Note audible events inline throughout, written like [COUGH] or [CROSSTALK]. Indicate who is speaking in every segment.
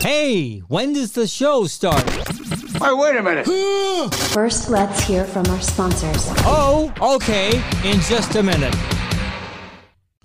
Speaker 1: Hey, when does the show start?
Speaker 2: Hey, wait a minute.
Speaker 3: First, let's hear from our sponsors.
Speaker 1: Oh, okay, in just a minute.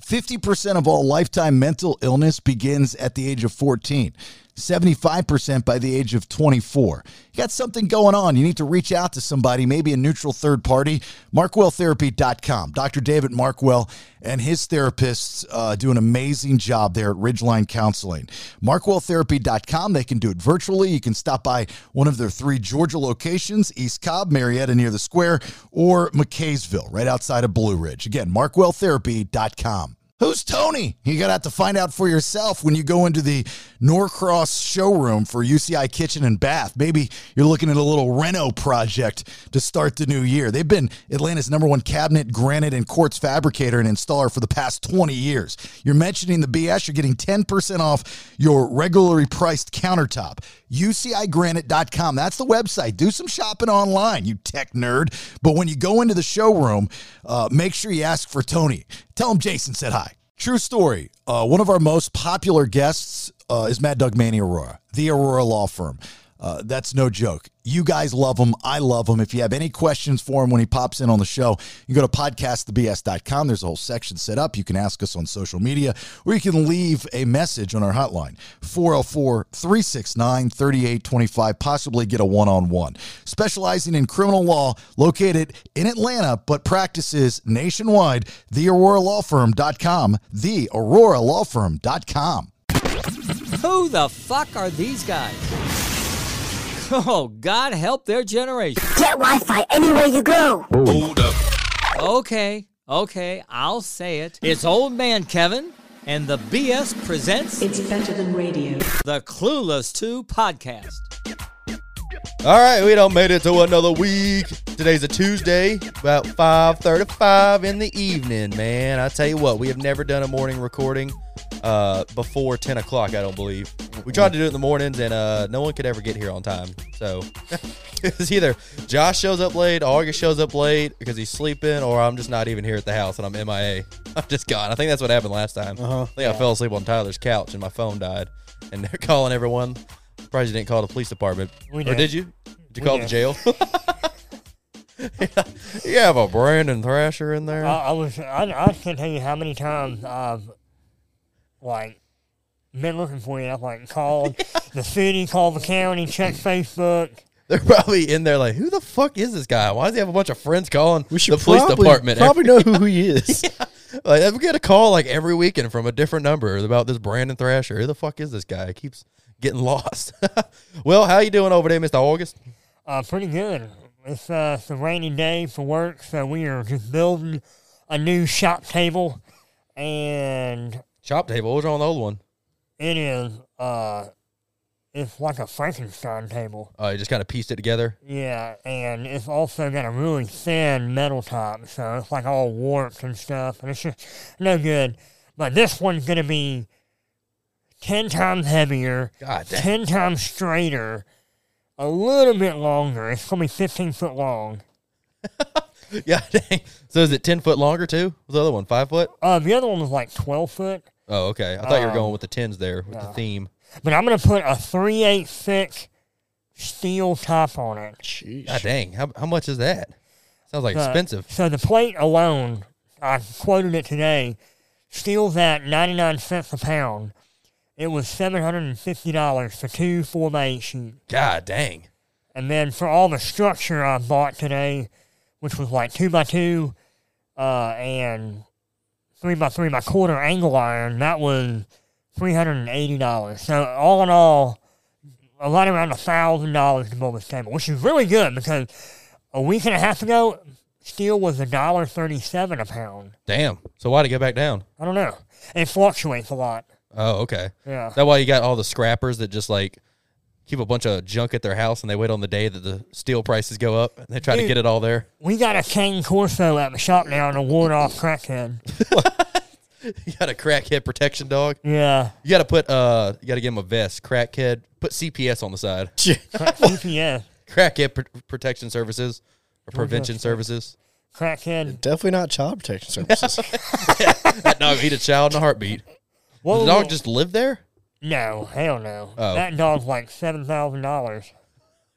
Speaker 4: 50% of all lifetime mental illness begins at the age of 14, 75% by the age of 24. You got something going on, you need to reach out to somebody, maybe a neutral third party. MarkwellTherapy.com. Dr. David Markwell and his therapists uh, do an amazing job there at Ridgeline Counseling. MarkwellTherapy.com. They can do it virtually. You can stop by one of their three Georgia locations East Cobb, Marietta near the square, or McKaysville right outside of Blue Ridge. Again, markwelltherapy.com. Who's Tony? You're going to have to find out for yourself when you go into the Norcross showroom for UCI Kitchen and Bath. Maybe you're looking at a little reno project to start the new year. They've been Atlanta's number one cabinet, granite, and quartz fabricator and installer for the past 20 years. You're mentioning the BS, you're getting 10% off your regularly priced countertop. UCIGranite.com. That's the website. Do some shopping online, you tech nerd. But when you go into the showroom, uh, make sure you ask for Tony. Tell him Jason said hi. True story. Uh, one of our most popular guests uh, is Mad Doug Manny Aurora, the Aurora Law Firm. Uh, that's no joke. You guys love him. I love him. If you have any questions for him when he pops in on the show, you go to podcastthebs.com. There's a whole section set up. You can ask us on social media or you can leave a message on our hotline 404 369 3825, possibly get a one on one. Specializing in criminal law, located in Atlanta, but practices nationwide, the Aurora Law Firm.com, the Aurora Law Firm.com.
Speaker 1: Who the fuck are these guys? Oh, God help their generation.
Speaker 5: Get Wi-Fi anywhere you go.
Speaker 6: Hold up.
Speaker 1: Okay, okay, I'll say it. It's Old Man Kevin, and the BS presents
Speaker 7: It's better than radio.
Speaker 1: the Clueless 2 podcast.
Speaker 8: All right, we don't made it to another week. Today's a Tuesday, about 5:35 in the evening, man. I tell you what, we have never done a morning recording uh, before 10 o'clock. I don't believe we tried to do it in the mornings, and uh, no one could ever get here on time. So [LAUGHS] it's either Josh shows up late, August shows up late because he's sleeping, or I'm just not even here at the house and I'm MIA. [LAUGHS] I'm just gone. I think that's what happened last time. I think I fell asleep on Tyler's couch and my phone died, and they're [LAUGHS] calling everyone. Surprised you didn't call the police department. or did you? Did you call the jail? [LAUGHS] you have a Brandon Thrasher in there.
Speaker 9: I,
Speaker 6: Uh,
Speaker 9: I was I, I can't tell you how many times I've like been looking for you. I've like called the city, called the county, checked Facebook.
Speaker 8: They're probably in there like, who the fuck is this guy? Why does he have a bunch of friends calling the police
Speaker 6: probably,
Speaker 8: department?
Speaker 6: Probably know
Speaker 8: [LAUGHS]
Speaker 6: who he is.
Speaker 8: Like, we get a call like every weekend from a different number about this Brandon Thrasher. Who the fuck is this guy? He keeps getting lost. [LAUGHS] well, how you doing over there, Mr. August?
Speaker 9: Uh, pretty good. It's, uh, it's a rainy day for work, so we are just building a new shop table, and
Speaker 8: Chop table. What was on the old one?
Speaker 9: it is uh, it's like a Frankenstein table.
Speaker 8: Oh, you just kind of pieced it together.
Speaker 9: Yeah, and it's also got a really thin metal top, so it's like all warped and stuff, and it's just no good. But this one's gonna be ten times heavier,
Speaker 8: God damn.
Speaker 9: ten times straighter, a little bit longer. It's gonna be fifteen foot long.
Speaker 6: Mm.
Speaker 8: [LAUGHS] yeah, dang. So is it ten foot longer too? Was the other one five foot?
Speaker 9: Uh, the other one was like twelve foot,
Speaker 8: Oh, okay. I thought
Speaker 6: Um,
Speaker 8: you were going with the tens there with the theme.
Speaker 9: but I'm gonna put a three eight thick steel top on it.
Speaker 8: God dang. How, how much is that? Sounds like
Speaker 9: The-
Speaker 8: expensive.
Speaker 9: So the plate alone, I quoted it today, steals at 99 cents a pound. It was $750 for two four by eight sheet.
Speaker 8: God dang.
Speaker 9: And then for all the structure I bought today, which was like two by two uh, and three by three by quarter angle iron, that was $380. So all in all, a lot around $1,000 to build this table, which is really good because a week and a half ago, steel was $1.37 a pound.
Speaker 8: Damn. So why'd it go back down?
Speaker 9: I don't know. It fluctuates a lot.
Speaker 8: Oh, okay.
Speaker 9: Yeah.
Speaker 8: Is that why you got all the scrappers that just like keep a bunch of junk at their house and they wait on the day that the steel prices go up and they try to
Speaker 9: Dude.
Speaker 8: get it all there? [LAUGHS]
Speaker 9: We got a cane corso at the shop now to ward off crackhead.
Speaker 8: You got a crackhead protection dog.
Speaker 9: Yeah. [LAUGHS]
Speaker 8: You got to put uh, you got to give him a vest. Crackhead. Put CPS on the
Speaker 9: [LAUGHS]
Speaker 8: side.
Speaker 9: CPS.
Speaker 8: crackhead pr- protection services or prevention services.
Speaker 9: Crackhead.
Speaker 6: Definitely not child protection services.
Speaker 8: That dog eat a child in a heartbeat. Does
Speaker 9: Whoa,
Speaker 8: the dog
Speaker 9: whoa.
Speaker 8: just live there?
Speaker 9: No, hell no.
Speaker 8: Oh.
Speaker 9: That dog's like seven thousand dollars.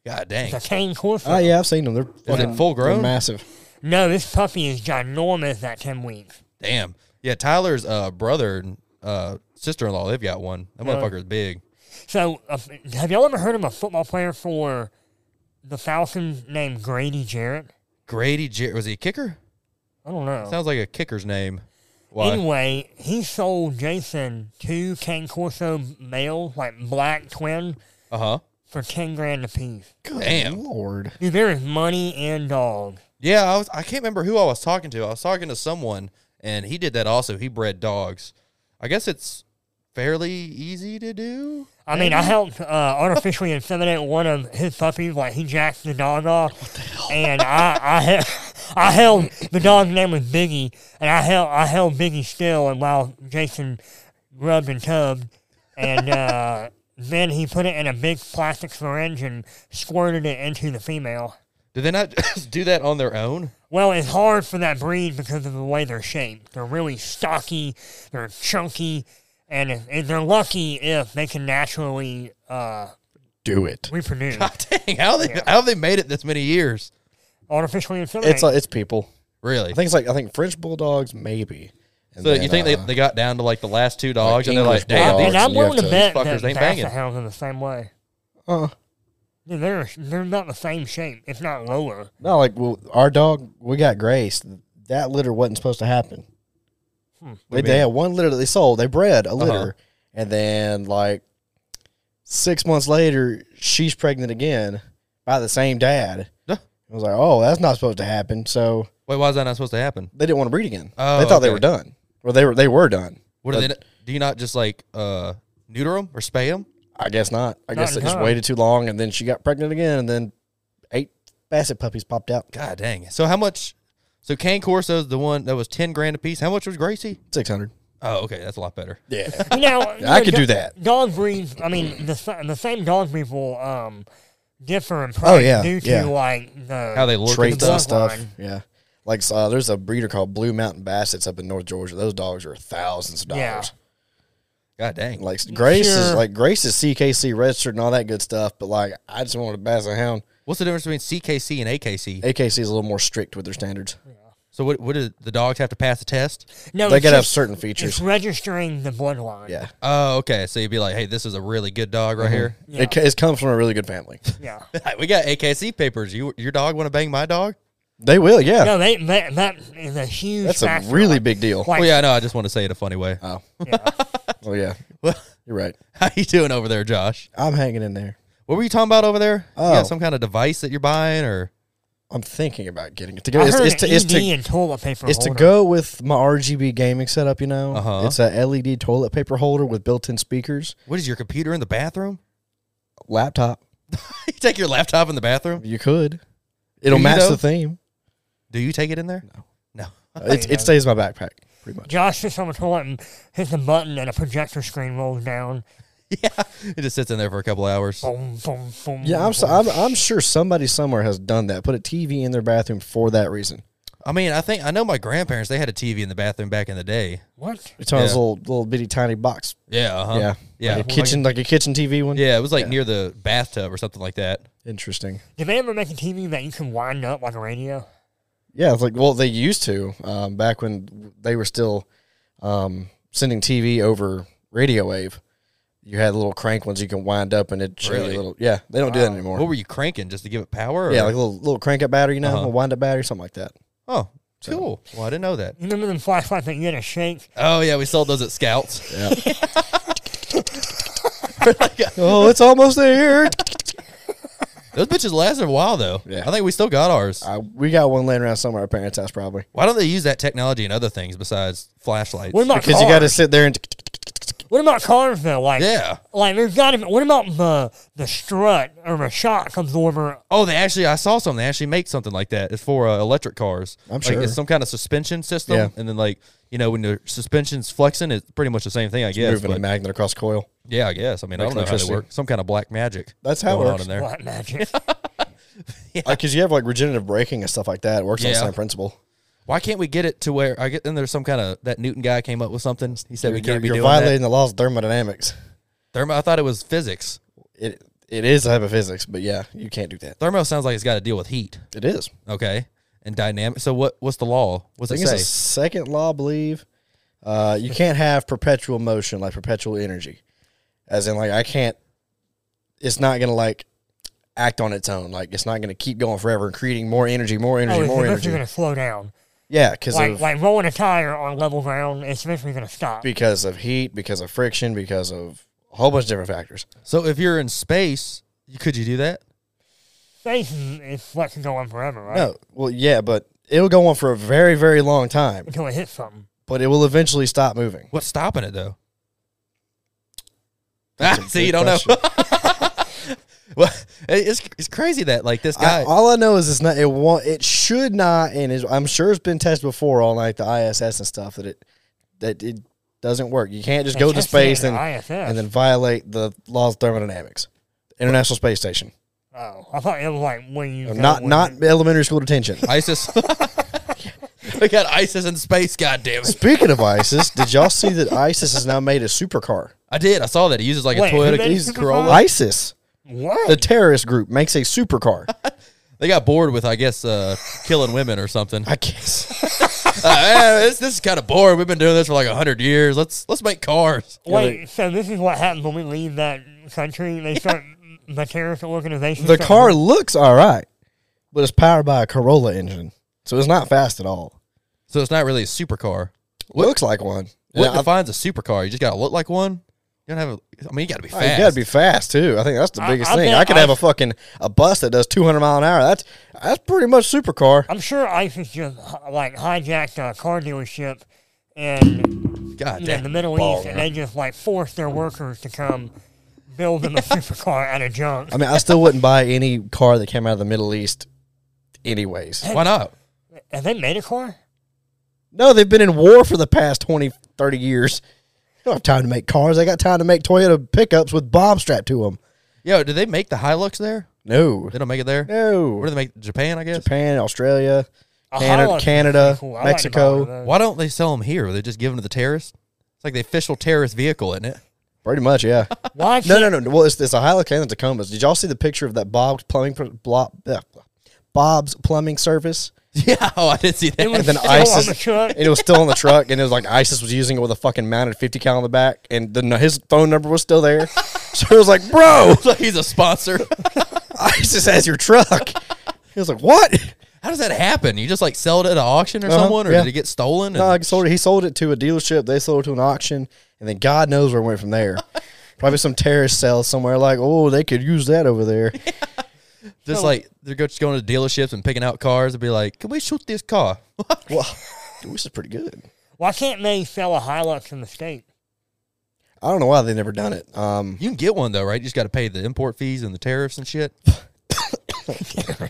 Speaker 8: God dang.
Speaker 9: It's a cane corso.
Speaker 6: Oh yeah, I've seen them. They're fucking
Speaker 8: it full
Speaker 6: they're
Speaker 8: grown?
Speaker 6: massive.
Speaker 9: No, this puppy is ginormous at ten weeks.
Speaker 8: Damn. Yeah, Tyler's uh, brother and uh, sister in law, they've got one. That motherfucker's big.
Speaker 9: So, uh, have y'all ever heard of a football player for the Falcons named Grady Jarrett?
Speaker 8: Grady Jer- was he a kicker?
Speaker 9: I don't know.
Speaker 8: Sounds like a kicker's name. Why?
Speaker 9: Anyway, he sold Jason two cane corso males, like black twin,
Speaker 8: Uh huh.
Speaker 9: for ten grand apiece.
Speaker 8: Damn.
Speaker 6: Lord.
Speaker 9: Dude, there is money in dogs.
Speaker 8: Yeah, I was. I can't remember who I was talking to. I was talking to someone, and he did that also. He bred dogs. I guess it's fairly easy to do.
Speaker 9: I mean, I helped uh, artificially inseminate one of his puppies. Like he jacked the dog off, and I, I, he- I held the dog's name was Biggie, and I held, I held Biggie still, and while Jason rubbed and tubbed, and uh, then he put it in a big plastic syringe and squirted it into the female.
Speaker 8: Do they not [LAUGHS] just do that on their own? [LAUGHS]
Speaker 9: Well, it's hard for that breed because of the way they're shaped. They're really stocky, they're chunky, and if, if they're lucky if they can naturally uh,
Speaker 6: Do it.
Speaker 9: reproduce.
Speaker 8: God dang! How they how have they made it this many years?
Speaker 9: Artificially inseminated.
Speaker 6: It's like it's people.
Speaker 8: Really?
Speaker 6: I think it's like I think French bulldogs maybe. And
Speaker 8: so
Speaker 6: then,
Speaker 8: you think they,
Speaker 6: uh,
Speaker 8: they got down to like the last two dogs, and they're
Speaker 6: English
Speaker 8: like, damn,
Speaker 6: bulldogs.
Speaker 8: these
Speaker 9: and I'm
Speaker 6: you
Speaker 9: willing
Speaker 6: have
Speaker 9: to
Speaker 6: to-
Speaker 9: bet
Speaker 8: fuckers
Speaker 9: that
Speaker 8: ain't banging.
Speaker 9: basset hounds are the same way.
Speaker 6: Uh,
Speaker 9: Yeah, They're they're not the same shape, if not lower.
Speaker 6: no, like well, our dog we got Grace. That litter wasn't supposed to happen.
Speaker 8: Hmm.
Speaker 6: They, they had one litter that they sold. They bred
Speaker 8: Uh-huh.
Speaker 6: a litter, and then like six months later, she's pregnant again by the same dad.
Speaker 8: Huh.
Speaker 6: I was like, oh, that's not supposed to happen. So
Speaker 8: Wait, why is that not supposed to happen?
Speaker 6: they didn't want to breed again.
Speaker 8: Oh,
Speaker 6: they thought they
Speaker 8: okay.
Speaker 6: were done. Well, they were they were done.
Speaker 8: What do
Speaker 6: But
Speaker 8: they? Do you not just like uh neuter them or spay them?
Speaker 6: I guess not. I guess they
Speaker 9: in
Speaker 6: just
Speaker 9: time.
Speaker 6: waited too long, and then she got pregnant again, and then eight basset puppies popped out.
Speaker 8: God dang! So how much? So Kane Corso's the one that was ten grand a piece. How much was Gracie?
Speaker 6: Six hundred.
Speaker 8: Oh, okay, that's a lot better.
Speaker 9: [LAUGHS]
Speaker 6: Yeah.
Speaker 9: You know, you
Speaker 6: [LAUGHS] I
Speaker 9: know,
Speaker 6: could
Speaker 9: do-
Speaker 6: do that.
Speaker 9: Dog breeds. I mean, the sa- the same dog breed will um, differ in price
Speaker 6: Oh, yeah,
Speaker 9: due to
Speaker 6: yeah.
Speaker 9: like the
Speaker 8: How they look and
Speaker 6: traits
Speaker 8: stuff.
Speaker 6: and stuff.
Speaker 9: Bloodline.
Speaker 6: Yeah. Like uh, there's a breeder called Blue Mountain Bassets up in North Georgia. Those dogs are thousands of
Speaker 9: Yeah.
Speaker 6: dollars.
Speaker 8: God dang!
Speaker 6: Like Grace is
Speaker 9: Sure.
Speaker 6: like Grace is CKC registered and all that good stuff, but like I just wanted a Basset Hound.
Speaker 8: What's the difference between CKC and AKC?
Speaker 6: AKC is a little more strict with their standards.
Speaker 8: So what? What do the dogs have to pass the test?
Speaker 9: no,
Speaker 6: They
Speaker 9: it's
Speaker 6: gotta have
Speaker 9: just-
Speaker 6: certain
Speaker 9: It's
Speaker 6: features.
Speaker 9: registering the bloodline.
Speaker 6: Yeah.
Speaker 8: Oh, okay. So you'd be like, hey, this is a really good dog right here. [LAUGHS]
Speaker 6: It, ca- it comes from a really good family. [LAUGHS]
Speaker 9: Yeah.
Speaker 8: we got AKC papers. You your dog want to bang my dog?
Speaker 6: They will, yeah.
Speaker 9: No, they, that that is a huge.
Speaker 6: That's a
Speaker 9: factor.
Speaker 6: really big deal.
Speaker 9: Like,
Speaker 8: Well, yeah, no, I just want to say it a funny way. [LAUGHS]
Speaker 6: Oh.
Speaker 9: Yeah.
Speaker 6: [LAUGHS] Oh yeah. You're right.
Speaker 8: How you doing over there, Josh?
Speaker 6: I'm hanging in there.
Speaker 8: What were you talking about over there? You
Speaker 6: Oh.
Speaker 8: got some kind of device that you're buying, or
Speaker 6: I'm thinking about getting it together.
Speaker 9: I
Speaker 6: It's,
Speaker 9: heard
Speaker 6: it's to,
Speaker 9: an E
Speaker 6: it's
Speaker 9: ED
Speaker 6: to
Speaker 9: and toilet paper.
Speaker 6: It's to
Speaker 9: holder.
Speaker 6: go with my RGB gaming setup, you know.
Speaker 8: Uh-huh.
Speaker 6: It's a LED toilet paper holder with built-in speakers,
Speaker 8: what is your computer in the bathroom? [LAUGHS]
Speaker 6: laptop.
Speaker 8: you take your laptop in the bathroom?
Speaker 6: You could. It'll
Speaker 8: you,
Speaker 6: match
Speaker 8: though?
Speaker 6: the theme.
Speaker 8: Do you take it in there? No. No. [LAUGHS]
Speaker 6: It, it stays in my backpack pretty much.
Speaker 9: Josh sits on the toilet and hits a button, and a projector screen rolls down.
Speaker 8: yeah, it just sits in there for a couple hours.
Speaker 9: Boom, boom, boom.
Speaker 6: Yeah, I'm,
Speaker 9: boom.
Speaker 6: so, I'm I'm sure somebody somewhere has done that. Put a TV in their bathroom for that reason.
Speaker 8: I mean, I think I know my grandparents. They had a TV in the bathroom back in the day.
Speaker 9: What?
Speaker 6: It's on this
Speaker 8: Yeah.
Speaker 6: little little bitty tiny box.
Speaker 8: Yeah. Uh-huh.
Speaker 6: Yeah,
Speaker 8: Yeah.
Speaker 6: like a kitchen like a kitchen TV one.
Speaker 8: yeah. It was like near the bathtub or something like that.
Speaker 6: interesting.
Speaker 9: Did they ever make a TV that you can wind up like a radio?
Speaker 6: Yeah, it's like well they used to um, back when they were still um, sending TV over radio wave. You had little crank ones you can wind up and it
Speaker 8: Really?
Speaker 6: really? little. Yeah, they don't do that anymore.
Speaker 8: What were you cranking just to give it power? or-
Speaker 6: yeah, like a little little crank up battery, you know,
Speaker 8: Uh-huh.
Speaker 6: a wind up battery, something like that.
Speaker 8: oh, cool. Well, I didn't know that.
Speaker 9: You remember them flashlights that you had to shake?
Speaker 8: Oh yeah, we sold those at Scouts.
Speaker 6: oh, it's almost there. [LAUGHS]
Speaker 8: Those bitches lasted a while though.
Speaker 6: Yeah.
Speaker 8: I think we still got ours.
Speaker 6: I, we got one laying around somewhere at our parents' house probably.
Speaker 8: Why don't they use that technology in other things besides flashlights?
Speaker 9: What about
Speaker 6: Because
Speaker 9: cars?
Speaker 6: you got to
Speaker 8: [LAUGHS]
Speaker 6: sit there and
Speaker 9: What about cars though? Like,
Speaker 8: Yeah.
Speaker 9: Like, there's got to be. What about the the strut or the shock absorber?
Speaker 8: Oh, they actually, I saw something. They actually make something like that. It's for uh, electric cars.
Speaker 6: I'm
Speaker 8: Like,
Speaker 6: sure.
Speaker 8: It's some kind of suspension system.
Speaker 6: Yeah.
Speaker 8: And then, like, you know, when the suspension's flexing, it's pretty much the same thing, I guess.
Speaker 6: moving a
Speaker 8: but-
Speaker 6: magnet across coil.
Speaker 8: yeah, I guess. I mean, I
Speaker 6: Makes
Speaker 8: don't know how they
Speaker 6: electricity.
Speaker 8: work. Some kind of black magic.
Speaker 6: That's how it
Speaker 8: going on
Speaker 6: works.
Speaker 8: in there.
Speaker 9: What magic?
Speaker 6: [LAUGHS] Because you have like regenerative braking and stuff like that. It works on the
Speaker 8: Yeah.
Speaker 6: same principle.
Speaker 8: Why can't we get it to where I get? Then there's some kind of that Newton guy came up with something. He said we
Speaker 6: You're,
Speaker 8: can't be
Speaker 6: you're
Speaker 8: doing that.
Speaker 6: violating the laws of thermodynamics.
Speaker 8: Thermo, I thought it was physics.
Speaker 6: It it is a type of physics, but yeah, you can't do that.
Speaker 8: Thermo sounds like it's got to deal with heat.
Speaker 6: It is.
Speaker 8: Okay. And dynamic. So what? What's the law? What's
Speaker 6: I
Speaker 8: it
Speaker 6: think it's
Speaker 8: say?
Speaker 6: the second law, I believe. Uh, you can't have perpetual motion, like perpetual energy. As in, like, I can't, it's not going to, like, act on its own. Like, it's not going to keep going forever and creating more energy, more energy,
Speaker 9: Oh, it's
Speaker 6: more
Speaker 9: eventually
Speaker 6: energy.
Speaker 9: going to slow down.
Speaker 6: yeah, because
Speaker 9: Like,
Speaker 6: of,
Speaker 9: like rolling a tire on level ground, it's eventually going to stop.
Speaker 6: because of heat, because of friction, because of a whole bunch of different factors.
Speaker 8: so if you're in space, you- could you do that?
Speaker 9: Space is, is what can go on forever, right?
Speaker 6: No, well, yeah, but it'll go on for a very, very long time,
Speaker 9: Until it hits something.
Speaker 6: but it will eventually stop moving.
Speaker 8: What's stopping it though?
Speaker 6: That's
Speaker 8: [LAUGHS]
Speaker 6: a
Speaker 8: See, you
Speaker 6: good
Speaker 8: don't know. [LAUGHS] well, it- it's it's crazy that like this guy.
Speaker 6: I, all I know is it's not. It won't. It should not. And is, I'm sure it's been tested before on like the ISS and stuff that it that it doesn't work. You can't just
Speaker 9: They
Speaker 6: go to
Speaker 9: tested it
Speaker 6: space
Speaker 9: in
Speaker 6: and
Speaker 9: the ISS.
Speaker 6: and then violate the laws of thermodynamics. International Space Station.
Speaker 9: Oh, I thought it was like when you go
Speaker 6: Not
Speaker 9: when-
Speaker 6: not elementary
Speaker 9: [LAUGHS]
Speaker 6: school detention.
Speaker 8: ISIS. [LAUGHS] we got ISIS in space. God damn it!
Speaker 6: Speaking of ISIS, did y'all see that ISIS has now made a supercar?
Speaker 8: I did. I saw that he uses like
Speaker 9: Wait,
Speaker 8: a
Speaker 9: who
Speaker 8: Toyota.
Speaker 9: made-
Speaker 8: He's-
Speaker 6: Jesus,
Speaker 9: supercar?
Speaker 6: ISIS,
Speaker 9: what?
Speaker 6: the terrorist group, makes a supercar.
Speaker 8: They got bored with, I guess, uh, killing women or something. [LAUGHS]
Speaker 6: I guess.
Speaker 9: [LAUGHS]
Speaker 8: Uh, eh, this, this is kind of boring. We've been doing this for like hundred years. Let's let's make cars.
Speaker 9: Wait, so this is what happens when we leave that country? They start the terrorist organization.
Speaker 6: The
Speaker 9: start-
Speaker 6: car looks all right, but it's powered by a Corolla engine, so it's not fast at all.
Speaker 8: So it's not really a supercar.
Speaker 6: looks like one.
Speaker 8: What
Speaker 6: Yeah, I-
Speaker 8: defines a supercar? You just gotta look like one. You don't have. A, I mean, you gotta be fast.
Speaker 6: Oh, You gotta be fast too. I think that's the
Speaker 9: I-
Speaker 6: biggest
Speaker 9: I
Speaker 6: thing.
Speaker 9: bet
Speaker 6: I could
Speaker 9: I-
Speaker 6: have a fucking a bus that does 200 mile an hour. That's that's pretty much supercar.
Speaker 9: I'm sure ISIS just hi- like hijacked a car dealership in
Speaker 8: God
Speaker 9: in the
Speaker 8: damn.
Speaker 9: Middle East, and they just like forced their workers to come build them a supercar out of junk.
Speaker 6: I mean, I still wouldn't buy any car that came out of the Middle East, anyways.
Speaker 8: Why not?
Speaker 9: Have they made a car?
Speaker 6: No, they've been in war for the past 20, 30 years. You don't have time to make cars. They got time to make Toyota pickups with bombs strapped to them.
Speaker 8: Yo, do they make the Hilux there?
Speaker 6: No,
Speaker 8: They don't make it there. Where do
Speaker 6: no.
Speaker 8: they make Japan? I guess.
Speaker 6: Japan, Australia,
Speaker 9: A
Speaker 6: Canada,
Speaker 9: Hilux
Speaker 6: Canada
Speaker 9: is pretty I like to buy
Speaker 6: Mexico.
Speaker 9: one of those.
Speaker 8: Why don't they sell them here? They just give them to the terrorists. It's like the official terrorist vehicle, isn't it? [LAUGHS]
Speaker 6: pretty much, yeah.
Speaker 9: Why
Speaker 6: No,
Speaker 9: can't-
Speaker 6: no, no. Well, it's, it's a Hilux and a Tacoma. Did y'all see the picture of that Bob's plumbing pr- blo- uh, Bob's plumbing service?
Speaker 8: Yeah. Oh, I did see that.
Speaker 9: It
Speaker 8: [LAUGHS]
Speaker 9: was
Speaker 6: And then
Speaker 9: [LAUGHS] still on
Speaker 6: ISIS,
Speaker 9: the truck.
Speaker 6: and it was still on the truck, and it was like ISIS was using it with a fucking mounted fifty cal on the back, and then his phone number was
Speaker 9: [LAUGHS]
Speaker 6: still there. So it was like, bro,
Speaker 8: It's like he's a sponsor. [LAUGHS]
Speaker 6: ISIS has your truck. He was like, what?
Speaker 8: How does that happen? You just like sell it at an auction or
Speaker 6: Uh-huh,
Speaker 8: someone, or
Speaker 6: yeah.
Speaker 8: did it get stolen?
Speaker 6: No,
Speaker 8: And-
Speaker 6: he sold it. He sold it to a dealership. They sold it to an auction, and then God knows where it went
Speaker 9: [LAUGHS]
Speaker 6: from there. Probably some terrorist sale somewhere. Like, oh, they could use that
Speaker 9: [LAUGHS]
Speaker 6: over there.
Speaker 8: just like they're go- just going to dealerships and picking out cars and be like, "Can we shoot this car?" [LAUGHS]
Speaker 6: Well, dude, this is pretty good.
Speaker 9: Why can't they sell a Hilux in the
Speaker 6: [COUGHS]
Speaker 9: state?
Speaker 6: I don't know why they never done it. Um,
Speaker 8: you can get one though, right? You just got to pay the import fees and the tariffs and shit. [LAUGHS]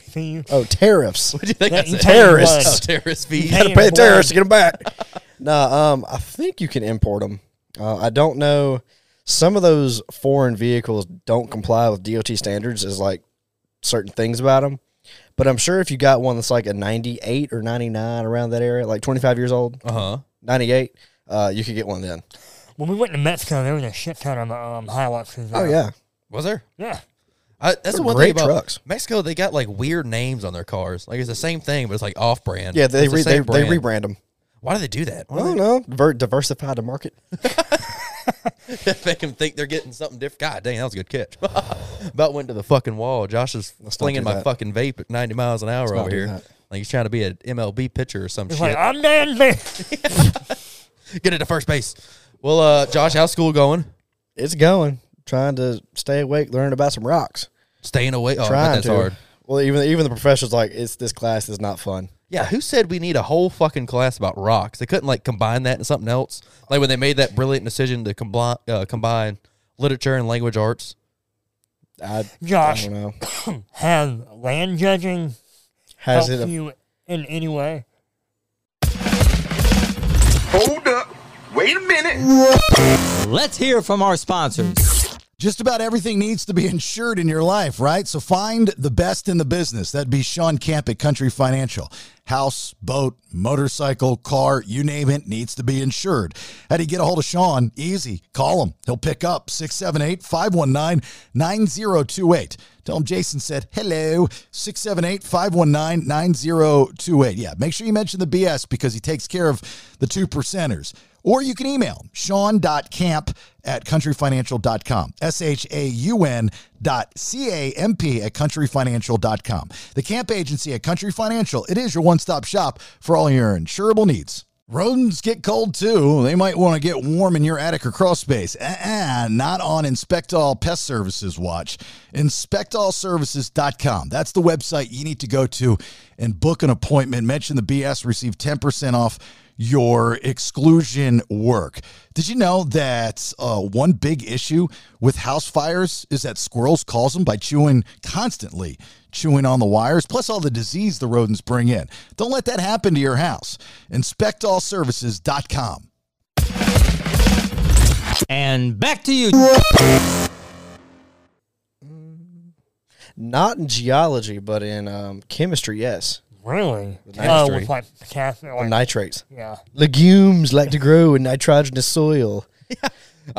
Speaker 9: See, you
Speaker 8: [LAUGHS]
Speaker 6: oh, tariffs.
Speaker 8: What do you think?
Speaker 9: Yeah,
Speaker 8: I
Speaker 9: you
Speaker 8: said?
Speaker 9: pay in
Speaker 6: Terrorists.
Speaker 8: Oh,
Speaker 9: blood.
Speaker 8: terrorist
Speaker 9: You
Speaker 8: fees.
Speaker 9: pay in
Speaker 6: pay the
Speaker 9: blood.
Speaker 6: tariffs to get them back. [LAUGHS] nah, um, I think you can import them. Uh, I don't know. Some of those foreign vehicles don't comply with DOT standards, is like certain things about them. But I'm sure if you got one that's like a 98 or 99 around that area, like 25 years old,
Speaker 8: Uh huh.
Speaker 6: 98, uh, you could get one then.
Speaker 9: When we went to Mexico, there was a shit ton of um, Hiluxes.
Speaker 6: Oh,
Speaker 9: there.
Speaker 6: yeah.
Speaker 8: Was there?
Speaker 9: Yeah.
Speaker 8: I, that's the
Speaker 6: They're
Speaker 8: one
Speaker 6: great
Speaker 8: thing about
Speaker 6: trucks.
Speaker 8: Mexico. They got like weird names on their cars. Like it's the same thing, but it's like off brand.
Speaker 6: Yeah, they,
Speaker 8: it's the
Speaker 6: re- they,
Speaker 8: same
Speaker 6: they
Speaker 8: brand.
Speaker 6: rebrand them.
Speaker 8: Why do they do that? Why
Speaker 6: I
Speaker 8: do
Speaker 6: don't
Speaker 8: they
Speaker 6: know. Ver- diversify the market. [LAUGHS]
Speaker 8: make them think they're getting something different? God dang, that was a good catch. [LAUGHS] About went to the fucking wall. Josh is
Speaker 6: not
Speaker 8: flinging
Speaker 6: do
Speaker 8: my
Speaker 6: that.
Speaker 8: fucking vape at 90 miles an hour
Speaker 6: not
Speaker 8: over
Speaker 6: do
Speaker 8: here.
Speaker 6: that.
Speaker 8: Like he's trying to be an MLB pitcher or some
Speaker 9: It's
Speaker 8: shit.
Speaker 9: like, ah. I'm Dan Big.
Speaker 8: Get it to first base. Well, uh, Josh, how's school going?
Speaker 6: It's going. Trying to stay awake, learning about some rocks.
Speaker 8: Staying away. Oh, I bet
Speaker 6: trying
Speaker 8: that's
Speaker 6: to.
Speaker 8: hard.
Speaker 6: Well, even even the professor's like, it's this class is not fun.
Speaker 8: Yeah, who said we need a whole fucking class about rocks? They couldn't like combine that into something else. Like when they made that brilliant decision to combine uh, combine literature and language arts.
Speaker 6: I,
Speaker 9: Josh.
Speaker 6: I don't know.
Speaker 9: [COUGHS] Have land judging
Speaker 6: Has
Speaker 9: helped
Speaker 6: it? a-
Speaker 9: you in any way?
Speaker 2: Hold up. Wait a minute.
Speaker 1: Let's hear from our sponsors.
Speaker 4: Just about everything needs to be [LAUGHS] insured in your life, right? So find the best in the business. That'd be Sean Kemp at Country Financial. House, boat, motorcycle, car, you name it, needs to be insured. How do you get a hold of Sean? Easy. Call him. He'll pick up 678 519 9028. Tell him Jason said hello, 678 519 9028. Yeah, make sure you mention the BS because he takes care of the two percenters. Or you can email him, sean.camp at countryfinancial.com. S H A U N dot C A M P at countryfinancial.com. The camp agency at Country Financial, it is your one stop shop for all your insurable needs. Rodents get cold too. They might want to get warm in your attic or crawl space. Uh-uh, not on Inspectall Pest Services watch. Inspectallservices.com. That's the website you need to go to and book an appointment. Mention the BS, receive 10% off your exclusion work. Did you know that uh, one big issue with house fires is that squirrels cause them by chewing constantly, chewing on the wires, plus all the disease the rodents bring in? Don't let that happen to your house. InspectAllServices.com.
Speaker 1: And back to you.
Speaker 6: Not in geology, but in um, chemistry, yes.
Speaker 9: Really? Oh,
Speaker 6: Nitrate.
Speaker 9: with like potassium.
Speaker 6: Or
Speaker 9: Like,
Speaker 6: nitrates.
Speaker 9: yeah.
Speaker 6: Legumes like to grow in nitrogenous soil.
Speaker 8: I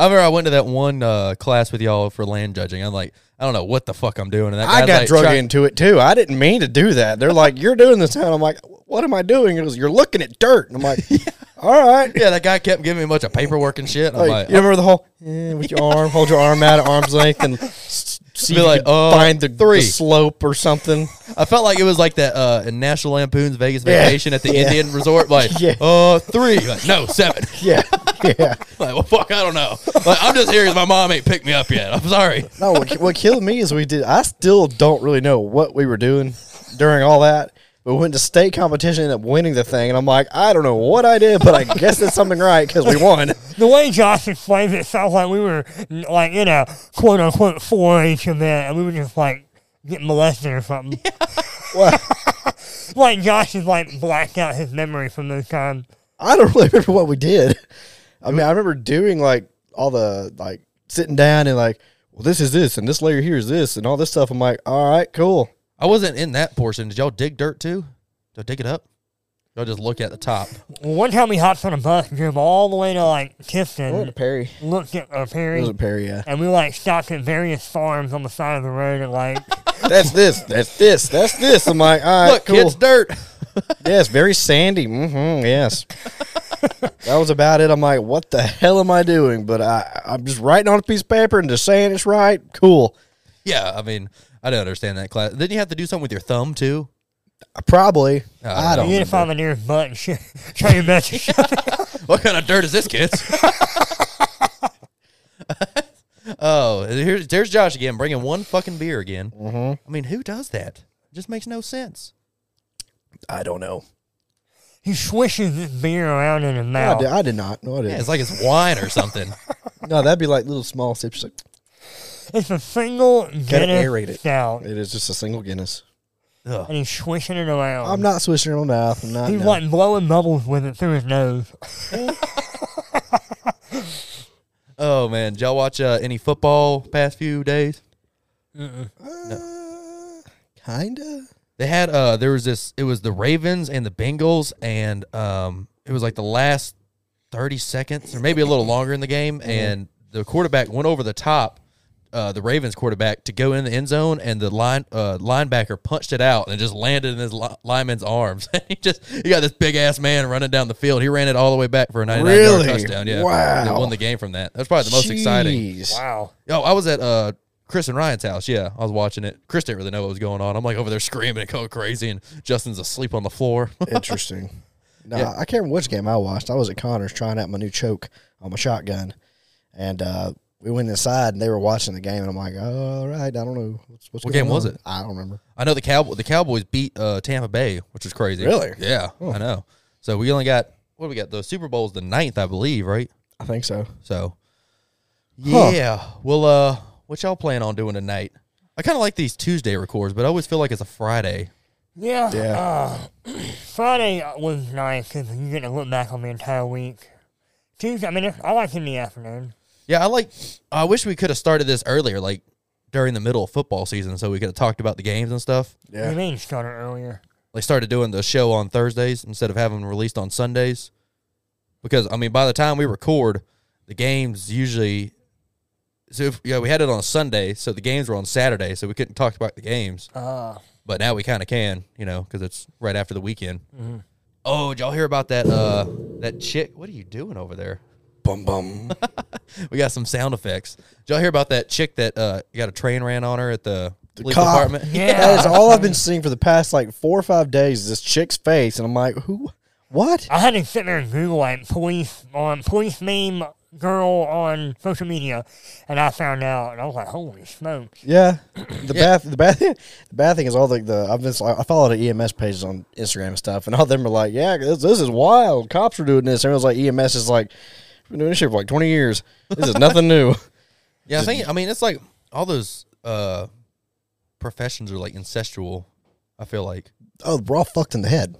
Speaker 8: remember I went to that one uh, class with y'all for land judging. I'm like, I don't know what the fuck I'm doing. And that
Speaker 6: I
Speaker 8: guy's
Speaker 6: got
Speaker 8: like,
Speaker 6: drug
Speaker 8: try-
Speaker 6: into it too. I didn't mean to do that. They're like, "You're doing this," and I'm like, "What am I doing?" It was, "You're looking at dirt." And
Speaker 9: [LAUGHS]
Speaker 6: I'm like, "All right."
Speaker 8: Yeah, that guy kept giving me a bunch of paperwork and shit. I'm
Speaker 6: Like,
Speaker 8: like, oh.
Speaker 6: you remember the whole eh, with your arm, hold your arm out at arm's length, and s- see
Speaker 8: Be
Speaker 6: if you
Speaker 8: like,
Speaker 6: can
Speaker 8: uh,
Speaker 6: find the, the
Speaker 8: three.
Speaker 6: slope
Speaker 8: [LAUGHS]
Speaker 6: or something.
Speaker 8: I felt like it was like that uh, in National Lampoon's Vegas
Speaker 6: Yeah.
Speaker 8: Vacation at the
Speaker 6: [LAUGHS] Yeah.
Speaker 8: Indian Resort. Like,
Speaker 6: [LAUGHS] Yeah.
Speaker 8: uh, three. Like, no, seven. [LAUGHS]
Speaker 6: Yeah, [LAUGHS] yeah.
Speaker 8: like, well, fuck, I don't know. Like, I'm just here because my mom ain't picked me up yet. I'm sorry.
Speaker 6: No, what, what killed me is we did. I still don't really know what we were doing during all that. But we went to state competition and ended up winning the thing, and I'm like, I don't know what I did, but I guess it's something right because we won. [LAUGHS]
Speaker 9: The way Josh explained it sounds like we were n- like in a quote unquote 4 H event and we were just like getting molested or something.
Speaker 6: [LAUGHS]
Speaker 9: like Josh has like blacked out his memory from those times.
Speaker 6: I don't really remember what we did. I mean, I remember doing like all the like sitting down and like, well, this is this and this layer here is this and all this stuff. I'm like, all right, cool.
Speaker 8: I wasn't in that portion. Did y'all dig dirt too? Did y'all dig it up? Y'all just look at the top.
Speaker 9: Well, one time we hopped on a bus, drove all the way to like Tifton,
Speaker 6: Perry.
Speaker 9: looked at uh,
Speaker 6: Oh, It
Speaker 9: Perry,
Speaker 6: was a Perry. Yeah.
Speaker 9: and we like stopped at various farms on the side of the road and
Speaker 6: [LAUGHS]
Speaker 9: like
Speaker 6: That's this. That's this. That's this. I'm like, all right,
Speaker 8: Look,
Speaker 6: cool.
Speaker 8: it's dirt.
Speaker 6: Yes, very sandy. hmm
Speaker 8: [LAUGHS]
Speaker 6: yes. that was about it. I'm like, what the hell am I doing? But I, I'm just writing on a piece of paper and just saying it's right. Cool.
Speaker 8: Yeah, I mean, I don't understand that class. Didn't you have to do something with your thumb too?
Speaker 6: Probably.
Speaker 8: I
Speaker 6: I don't.
Speaker 9: you
Speaker 6: know.
Speaker 9: need to find the nearest butt and shit, [LAUGHS] try your
Speaker 6: [LAUGHS]
Speaker 9: best to shut it.
Speaker 8: What kind of dirt is this, kids? [LAUGHS] oh, here's there's Josh again, bringing one fucking beer again. Mm-hmm. I mean, who does that? just makes no sense.
Speaker 6: I don't know.
Speaker 9: He swishes his beer around in his
Speaker 6: I did,
Speaker 9: mouth.
Speaker 6: I did not. No, I
Speaker 8: Yeah,
Speaker 6: didn't.
Speaker 8: it's like it's wine or
Speaker 6: [LAUGHS]
Speaker 8: something.
Speaker 6: no, that'd be like little small sips. Like,
Speaker 9: It's a single
Speaker 6: aerate it.
Speaker 9: Guinness stout,
Speaker 6: It is just a single Guinness.
Speaker 9: and he's swishing it around.
Speaker 6: I'm not swishing it on mouth. I'm not.
Speaker 9: He's
Speaker 6: no.
Speaker 9: like blowing bubbles with it through his nose.
Speaker 8: oh man, did y'all watch uh, any football past few days?
Speaker 6: Uh, kinda.
Speaker 8: They had uh, there was this. It was the Ravens and the Bengals, and um, it was like the last thirty seconds or maybe a little longer in the game,
Speaker 6: Mm-hmm.
Speaker 8: and the quarterback went over the top. Uh, the Ravens quarterback to go in the end zone, and the line uh, linebacker punched it out and it just landed in his li- lineman's arms. [LAUGHS] he just you got this big ass man running down the field. He ran it all the way back for a ninety nine
Speaker 6: Really?
Speaker 8: yard touchdown. Yeah,
Speaker 6: Wow.
Speaker 8: they won the game from that. That's probably the most exciting.
Speaker 6: Jeez.
Speaker 9: Wow.
Speaker 8: Oh, I was at uh Chris and Ryan's house. Yeah, I was watching it. Chris didn't really know what was going on. I'm like over there screaming and going crazy, and Justin's asleep on the floor. [LAUGHS]
Speaker 6: Interesting. [LAUGHS] No, I can't remember which game I watched. I was at Connor's trying out my new choke on my shotgun, and uh, we went inside and they were watching the game, and I'm like, all right, I don't know what's, what's
Speaker 8: What
Speaker 6: going
Speaker 8: game was
Speaker 6: on."
Speaker 8: it?
Speaker 6: I don't remember.
Speaker 8: I know the Cowboy the Cowboys beat uh, Tampa Bay, which is crazy.
Speaker 6: Really?
Speaker 8: Yeah, I know. So we only got what do we got? The Super Bowl's the ninth, I believe, right?
Speaker 6: I think so.
Speaker 8: So
Speaker 6: Huh.
Speaker 8: yeah. Well, uh, what y'all plan on doing tonight? I kind of like these Tuesday records, but I always feel like it's a Friday.
Speaker 9: Yeah.
Speaker 6: Yeah.
Speaker 9: Friday was nice because you get to look back on the entire week. Tuesday, I mean, I like in the afternoon.
Speaker 8: Yeah, I like. I wish we could have started this earlier, like during the middle of football season, so we could have talked about the games and stuff.
Speaker 9: What do
Speaker 6: Yeah.
Speaker 9: you mean started earlier?
Speaker 8: Like started doing the show on Thursdays instead of having them released on Sundays, because I mean, by the time we record, the games usually. So if, yeah, we had it on Sunday, so the games were on Saturday, so we couldn't talk about the games.
Speaker 9: Uh,
Speaker 8: But now we kind of can, you know, because it's right after the weekend. Oh, did y'all hear about that? Uh, that chick. What are you doing over there? [LAUGHS]
Speaker 6: Bum bum.
Speaker 8: We got some sound effects. Did y'all hear about that chick that uh, got a train ran on her at the, police
Speaker 6: cop.
Speaker 8: department?
Speaker 9: yeah.
Speaker 6: That is all I've been seeing for the past like four or five days. Is this chick's face, and I'm like, who? What?
Speaker 9: I had to sit there and Google like police on police meme girl on social media, and I found out, and I was like, holy smoke! [CLEARS THROAT]
Speaker 6: Yeah. The bath. The bath. [LAUGHS] The bad thing is all the, the I've been I follow the EMS pages on Instagram and stuff, and all them are like, yeah, this, this is wild. Cops are doing this. Everyone's like, EMS is like, been doing this shit for like 20 years. This is nothing
Speaker 9: [LAUGHS]
Speaker 6: new.
Speaker 8: Yeah, I think. I mean, it's like all those uh, professions are like incestual. I feel like
Speaker 6: Oh, we're all fucked in the
Speaker 9: E
Speaker 6: head.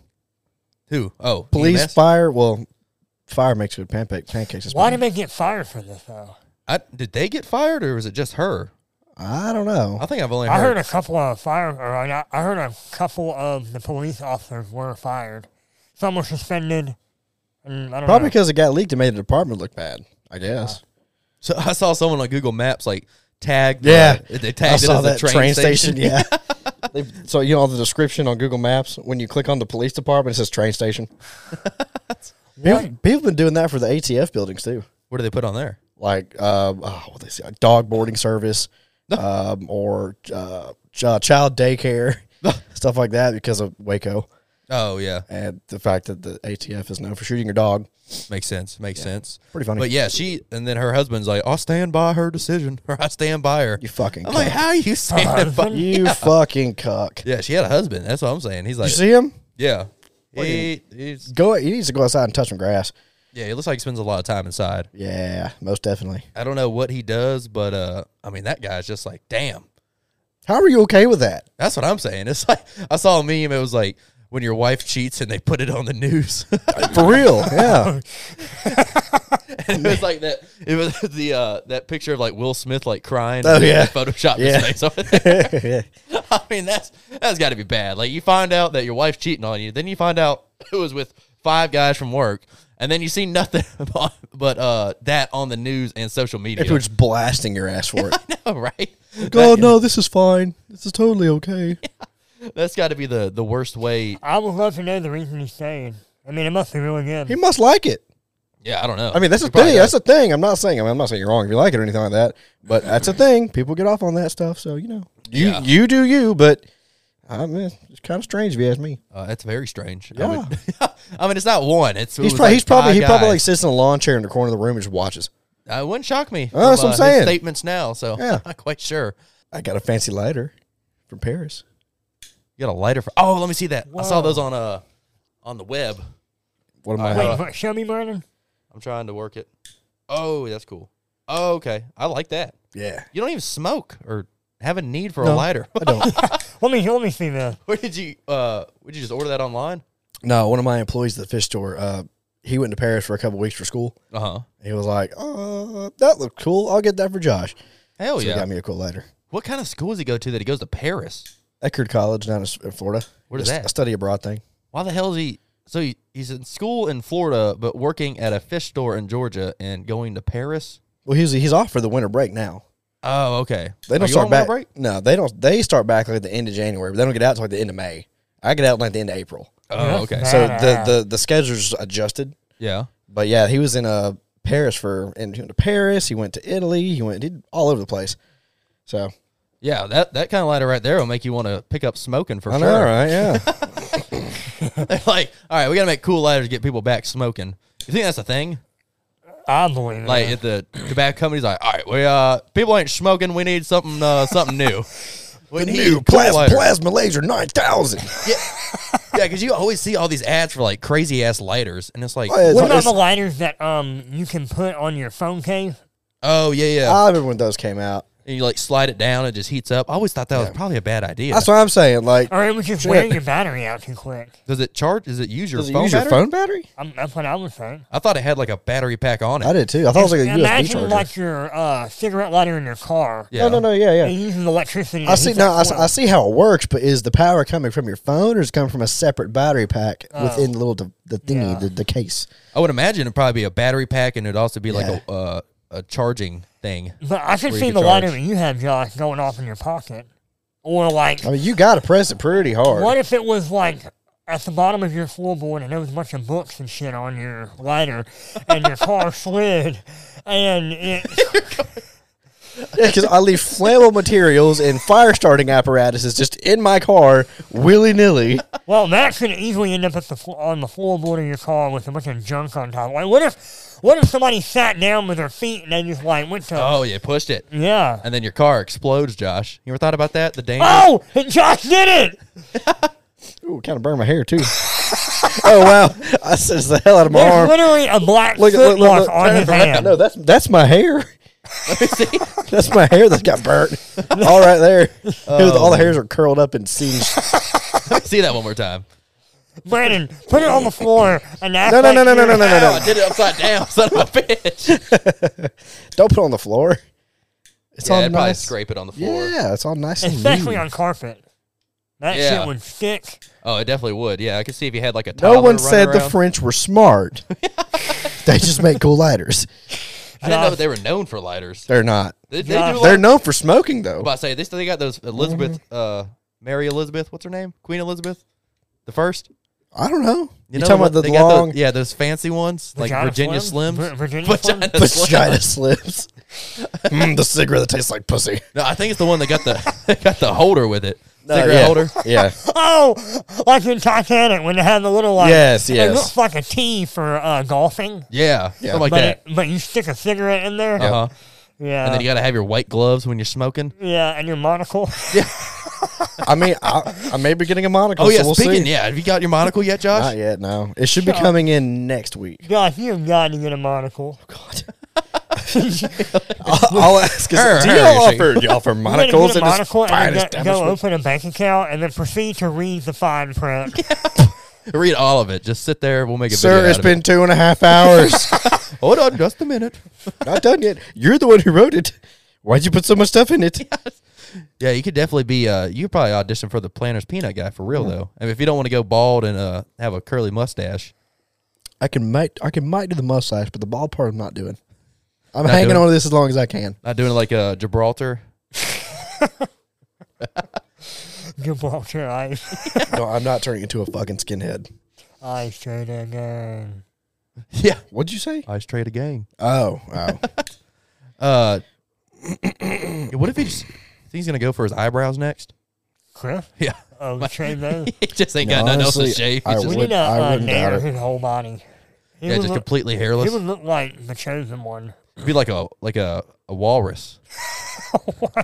Speaker 8: who? Oh,
Speaker 6: Police,
Speaker 8: EMS?
Speaker 6: fire. Well, fire makes good pancake, pancakes. is
Speaker 9: Why did
Speaker 6: fine.
Speaker 9: they get fired for this though?
Speaker 8: I, did they get fired or was it just her?
Speaker 6: I don't know.
Speaker 8: I think I've only
Speaker 9: I
Speaker 8: heard.
Speaker 9: heard a couple of fire, or I, I heard a couple of the police officers were fired. Some were suspended, and I don't
Speaker 6: Probably
Speaker 9: know.
Speaker 6: because it got leaked and made the department look bad. I guess.
Speaker 8: so I saw someone on Google Maps like tagged.
Speaker 6: Yeah.
Speaker 8: uh, they
Speaker 6: I
Speaker 8: tagged it as
Speaker 6: saw
Speaker 8: a
Speaker 6: that
Speaker 8: train, station.
Speaker 6: Yeah. They- so you know the description on Google Maps when you click on the police department, it says
Speaker 8: [LAUGHS]
Speaker 6: train station. people, people have been doing that for the ATF buildings too,
Speaker 8: [LAUGHS] What do they put on there?
Speaker 6: like um, oh, what they say, like dog
Speaker 8: [LAUGHS]
Speaker 6: boarding service, um, or uh, ch- uh, child daycare,
Speaker 8: [LAUGHS]
Speaker 6: stuff like that, because of Waco
Speaker 8: Oh yeah,
Speaker 6: and the fact that the ATF is known for shooting your dog.
Speaker 8: makes sense. Makes sense.
Speaker 6: Pretty funny.
Speaker 8: But yeah, she and then her husband's like, "I'll stand by her decision, [LAUGHS] or I stand by her."
Speaker 6: You fucking
Speaker 8: I'm like,
Speaker 6: cuck.
Speaker 8: how are you
Speaker 6: [LAUGHS]
Speaker 8: standing by?
Speaker 6: you
Speaker 8: [LAUGHS]
Speaker 6: fucking cuck.
Speaker 8: Yeah, she had a husband. That's what I'm saying. He's
Speaker 6: You
Speaker 8: like,
Speaker 6: see him?
Speaker 8: yeah, he, he's,
Speaker 6: Go. He needs to go outside and touch some grass.
Speaker 8: yeah. He looks like he spends a lot of time inside.
Speaker 6: Yeah, most definitely.
Speaker 8: I don't know what he does, but uh, I mean, that guy's just like, damn.
Speaker 6: How are you okay with that?
Speaker 8: That's what I'm saying. It's [LAUGHS] like I saw a meme. It was like when your wife cheats and they put it on the news. [LAUGHS]
Speaker 6: For real? Yeah.
Speaker 8: and it was like that. It was [LAUGHS] the uh, that picture of like Will Smith like crying.
Speaker 6: Oh,
Speaker 8: and they
Speaker 6: yeah.
Speaker 8: photoshopped
Speaker 6: Yeah.
Speaker 8: his face. over there. [LAUGHS]
Speaker 6: [LAUGHS]
Speaker 8: I mean, that's that's got to be bad. Like you find out that your wife's cheating on you, then you find out [LAUGHS] it was with five guys from work, and then you see nothing [LAUGHS] about- but uh, that on the news and social media.
Speaker 6: People are just blasting your ass for it.
Speaker 8: [LAUGHS] No, [LAUGHS] right?
Speaker 6: God, no, this is fine. This is totally okay.
Speaker 8: That's got to be the the worst way.
Speaker 9: I would love to know the reason he stayed. I mean, it must be really good.
Speaker 6: He must like it.
Speaker 8: Yeah, I don't know.
Speaker 6: I mean, that's
Speaker 8: He
Speaker 6: a
Speaker 8: probably
Speaker 6: thing. That's
Speaker 8: does.
Speaker 6: a thing. I'm not saying. I mean, I'm not saying you're wrong if you like it or anything like that. But that's a thing. People get off on that stuff. So you know, you
Speaker 8: Yeah.
Speaker 6: you do you. But I mean, it's kind of strange if you ask me.
Speaker 8: Uh, that's very strange. I,
Speaker 6: Yeah.
Speaker 8: would- [LAUGHS] I mean, it's not one. It's it
Speaker 6: He's,
Speaker 8: was
Speaker 6: probably
Speaker 8: like
Speaker 6: he's probably
Speaker 8: five
Speaker 6: he probably like
Speaker 8: guys.
Speaker 6: sits in a lawn chair in the corner of the room and just watches.
Speaker 8: Uh, it wouldn't shock me.
Speaker 6: Oh, that's
Speaker 8: from,
Speaker 6: what I'm
Speaker 8: uh, his
Speaker 6: saying.
Speaker 8: Statements now, so
Speaker 6: Yeah.
Speaker 8: I'm [LAUGHS] not quite sure.
Speaker 6: I got a fancy lighter from Paris.
Speaker 8: You got a lighter for? Oh, let me see that. I saw
Speaker 9: Whoa.
Speaker 8: those on uh on the web.
Speaker 6: What am
Speaker 8: Uh,
Speaker 6: I?
Speaker 9: Wait, what, show me, Brandon.
Speaker 8: I'm trying to work it. Oh, that's cool. Oh, okay, I like that.
Speaker 6: yeah,
Speaker 8: You don't even smoke or have a need for a
Speaker 6: No. [LAUGHS]
Speaker 8: lighter.
Speaker 6: I
Speaker 8: [LAUGHS]
Speaker 6: don't.
Speaker 9: Let me let me see this.
Speaker 8: Where did you? Uh, would you just order that online?
Speaker 6: no, one of my employees at the fish store. Uh, he went to Paris for a couple weeks for school.
Speaker 8: Uh huh.
Speaker 6: He was like, "Uh, that looked cool. I'll get that for Josh."
Speaker 8: Hell
Speaker 6: so
Speaker 8: Oh, yeah.
Speaker 6: he got me a cool lighter.
Speaker 8: what kind of school does he go to that he goes to Paris?
Speaker 6: Eckerd College down in S- in Florida.
Speaker 8: What is
Speaker 6: It's
Speaker 8: that?
Speaker 6: A study abroad thing.
Speaker 8: Why the hell is he? So he, he's in school in Florida, but working at a fish store in Georgia and going to Paris.
Speaker 6: Well, he's he's off for the winter break now.
Speaker 8: Oh, okay.
Speaker 6: They
Speaker 8: Are
Speaker 6: don't
Speaker 8: you
Speaker 6: start
Speaker 8: on winter
Speaker 6: back.
Speaker 8: break?
Speaker 6: No, they don't. They start back like at the end of January, but they don't get out till like the end of May. I get out like the end of April.
Speaker 8: Oh, okay.
Speaker 9: That's
Speaker 6: So
Speaker 9: bad.
Speaker 6: the the the schedule's adjusted.
Speaker 8: Yeah.
Speaker 6: But yeah, he was in uh, Paris for and he went to Paris. He went to Italy. He went he did all over the place. So
Speaker 8: Yeah, that, that kind of lighter right there will make you want to pick up smoking for
Speaker 6: I
Speaker 8: sure.
Speaker 6: know, right?
Speaker 8: [LAUGHS]
Speaker 6: Yeah,
Speaker 8: They're [LAUGHS] like, all right, we got to make cool lighters to get people back smoking. You think that's a thing?
Speaker 9: I believe it.
Speaker 8: Like at the tobacco company's like, all right, we uh, people ain't smoking. We need something uh, something
Speaker 6: [LAUGHS]
Speaker 8: new. We need
Speaker 6: new
Speaker 8: cool
Speaker 6: plas-
Speaker 8: lighter.
Speaker 6: plasma laser nine thousand.
Speaker 8: Yeah, yeah, because you always see all these ads for like crazy ass lighters, and it's like,
Speaker 6: Oh,
Speaker 9: what about the lighters that um you can put on your phone case?
Speaker 8: oh yeah, yeah.
Speaker 6: I remember when those came out.
Speaker 8: and you like slide it down and it just heats up. I always thought that was probably a bad idea.
Speaker 6: That's what I'm saying. Like,
Speaker 9: Or it would just wear your battery out too quick.
Speaker 8: Does it charge? Does it use your
Speaker 6: does it
Speaker 8: phone?
Speaker 6: use
Speaker 8: battery?
Speaker 6: your phone battery?
Speaker 9: I'm, that's what I would think.
Speaker 8: I thought it had like a battery pack on it.
Speaker 6: I did too. I thought it was like a USB
Speaker 9: Imagine
Speaker 6: charger.
Speaker 9: like your uh, cigarette lighter in your car.
Speaker 8: yeah.
Speaker 6: no, no, no. Yeah,
Speaker 9: It
Speaker 6: yeah.
Speaker 9: uses electricity. to
Speaker 6: I see.
Speaker 9: heat
Speaker 6: No,
Speaker 9: that
Speaker 6: I, s-
Speaker 9: coil.
Speaker 6: I see how it works, but is the power coming from your phone or is it coming from a separate battery pack within the little the, the thingy,
Speaker 9: Oh. Yeah.
Speaker 6: the, the case?
Speaker 8: I would imagine it'd probably be a battery pack, and it'd also be like
Speaker 6: Yeah.
Speaker 8: a uh, a charging
Speaker 6: [LAUGHS]
Speaker 8: thing.
Speaker 9: But I
Speaker 8: where
Speaker 9: could
Speaker 8: you
Speaker 9: see
Speaker 8: could
Speaker 9: the lighter
Speaker 8: charge.
Speaker 9: that you have, Josh, going off in your pocket. Or like,
Speaker 6: I mean, you got to press it pretty hard. [LAUGHS]
Speaker 9: what if it was like at the bottom of your floorboard and there was a bunch of books and shit on your lighter and your car
Speaker 6: [LAUGHS]
Speaker 9: slid and it,
Speaker 6: Because I leave flammable materials and fire starting apparatuses just in my car willy nilly.
Speaker 9: well, that could easily end up at the flo- on the floorboard of your car with a bunch of junk on top. Like, what if, what if somebody sat down with their feet and they just like went to,
Speaker 8: Oh, you pushed it,
Speaker 9: yeah.
Speaker 8: and then your car explodes, Josh. You ever thought about that? The danger.
Speaker 6: Ah!
Speaker 9: Oh, and Josh did it!
Speaker 6: Ooh, kind of burned my hair too. [LAUGHS] oh wow, I sensed the hell out of my
Speaker 9: There's
Speaker 6: arm.
Speaker 9: literally a black
Speaker 6: Look,
Speaker 9: foot
Speaker 6: look, look,
Speaker 9: mark
Speaker 6: look.
Speaker 9: on his hand.
Speaker 6: No, that's that's my hair.
Speaker 8: Let me see.
Speaker 6: [LAUGHS] That's my hair that got burnt. all right,
Speaker 8: [LAUGHS]
Speaker 6: there. It was- all
Speaker 8: Oh.
Speaker 6: the hairs are curled up and singed.
Speaker 8: Let me see that one more time.
Speaker 9: Brandon, put it on the floor and act
Speaker 6: No, no,
Speaker 9: like
Speaker 6: no, no, no,
Speaker 9: you're-
Speaker 6: no, no,
Speaker 8: Ow,
Speaker 6: no.
Speaker 8: I did it upside down, [LAUGHS] son of
Speaker 6: [LAUGHS]
Speaker 8: a bitch.
Speaker 6: Don't put it on the floor. It's
Speaker 8: yeah,
Speaker 6: all
Speaker 8: I'd probably
Speaker 6: nice.
Speaker 8: scrape it on the floor.
Speaker 6: Yeah, it's all nice and
Speaker 9: especially
Speaker 6: neat.
Speaker 9: on carpet. That
Speaker 8: Yeah.
Speaker 9: shit would stick.
Speaker 8: Oh, it definitely would. Yeah, I could see if you had like a.
Speaker 6: No
Speaker 8: toddler
Speaker 6: one
Speaker 8: running
Speaker 6: said the
Speaker 8: around.
Speaker 6: French
Speaker 8: [LAUGHS]
Speaker 6: were smart. they just make cool lighters.
Speaker 8: I didn't know they were known for lighters.
Speaker 6: They're not.
Speaker 8: They, they do
Speaker 9: Josh.
Speaker 8: like-
Speaker 6: They're known for smoking though.
Speaker 8: I'm about to say this. They got those Elizabeth,
Speaker 6: Mm-hmm.
Speaker 8: uh, Mary Elizabeth. What's her name? Queen Elizabeth, the first.
Speaker 6: I don't know. You
Speaker 8: know
Speaker 6: talking about the
Speaker 8: they got those-
Speaker 6: long
Speaker 8: yeah, those fancy ones like
Speaker 9: Vagina
Speaker 8: Virginia
Speaker 9: Slims?
Speaker 8: Slims.
Speaker 9: Vir- Virginia
Speaker 8: [LAUGHS] Vagina Slims.
Speaker 6: vagina slips? mm, the cigarette that tastes like pussy.
Speaker 8: No, I think it's the one that got the [LAUGHS] that got the holder with it. Cigarette
Speaker 6: yeah.
Speaker 8: holder.
Speaker 6: [LAUGHS] Yeah.
Speaker 9: Oh, like in Titanic when they had the little
Speaker 8: [LAUGHS]
Speaker 9: like
Speaker 6: Yes,
Speaker 9: It
Speaker 6: yes.
Speaker 9: looks like a T for uh, golfing,
Speaker 8: Yeah, something like
Speaker 9: but
Speaker 8: that.
Speaker 9: It, but you stick a cigarette in there.
Speaker 8: Uh huh.
Speaker 9: Yeah,
Speaker 8: And then you got to have your white gloves when you're smoking.
Speaker 9: yeah, and your monocle. [LAUGHS]
Speaker 6: I mean, I, I may be getting a monocle.
Speaker 8: Oh yeah,
Speaker 6: so we'll
Speaker 8: speaking.
Speaker 6: see.
Speaker 8: Yeah, have you got your monocle yet, Josh?
Speaker 6: Not yet, [LAUGHS] no. It should be coming in next week.
Speaker 9: Gosh, you've got to get a monocle.
Speaker 6: I'll,
Speaker 8: [LAUGHS]
Speaker 6: I'll ask. Is,
Speaker 8: Her,
Speaker 6: do
Speaker 8: her,
Speaker 6: y'all
Speaker 8: she-
Speaker 6: offer, do
Speaker 8: [LAUGHS]
Speaker 6: y'all offer
Speaker 9: You're gonna
Speaker 6: monocles
Speaker 9: get a
Speaker 6: in this
Speaker 9: monocle
Speaker 6: fine
Speaker 9: and then go- go
Speaker 6: establishment?
Speaker 9: open a bank account and then proceed to read the fine print.
Speaker 8: [LAUGHS] Read all of it. Just sit there. We'll make a
Speaker 6: Sir,
Speaker 8: video.
Speaker 6: it's
Speaker 8: out of
Speaker 6: been two and a half [LAUGHS] hours.
Speaker 8: it. Hold on, just a minute.
Speaker 6: [LAUGHS] Not done yet. You're the one who wrote it. Why'd you put so much stuff in it?
Speaker 8: [LAUGHS] Yeah, you could definitely be. Uh, you could probably audition for the Planters Peanut guy for real though. I mean, if you don't want to go bald and uh have a curly mustache,
Speaker 6: I can might I can might do the mustache, but the ball part I'm not doing. I'm
Speaker 8: Not
Speaker 6: hanging
Speaker 8: doing-
Speaker 6: on to this as long as I can.
Speaker 8: not doing like a Gibraltar.
Speaker 9: Gibraltar ice,
Speaker 6: No, I'm not turning into a fucking skinhead.
Speaker 9: ice trade again.
Speaker 8: [LAUGHS] Yeah,
Speaker 6: What'd you say?
Speaker 8: I trade a gang.
Speaker 6: Oh, oh.
Speaker 8: Uh, [COUGHS] what if he just? think He's gonna go for his eyebrows next.
Speaker 9: Cliff,
Speaker 8: [LAUGHS] Yeah,
Speaker 9: oh, trade
Speaker 8: [LAUGHS]
Speaker 9: those.
Speaker 8: he just ain't got nothing else to
Speaker 6: Honestly,
Speaker 8: shave.
Speaker 6: I
Speaker 8: He's
Speaker 9: We
Speaker 8: just,
Speaker 6: would-
Speaker 9: need a
Speaker 6: I
Speaker 9: uh,
Speaker 6: wouldn't doubt
Speaker 9: nailer
Speaker 6: it.
Speaker 9: his whole body. He
Speaker 8: yeah,
Speaker 9: would
Speaker 8: just
Speaker 9: look-
Speaker 8: completely
Speaker 9: He
Speaker 8: hairless.
Speaker 9: would look like the chosen one.
Speaker 8: be like a like a, a walrus. [LAUGHS]
Speaker 6: [LAUGHS]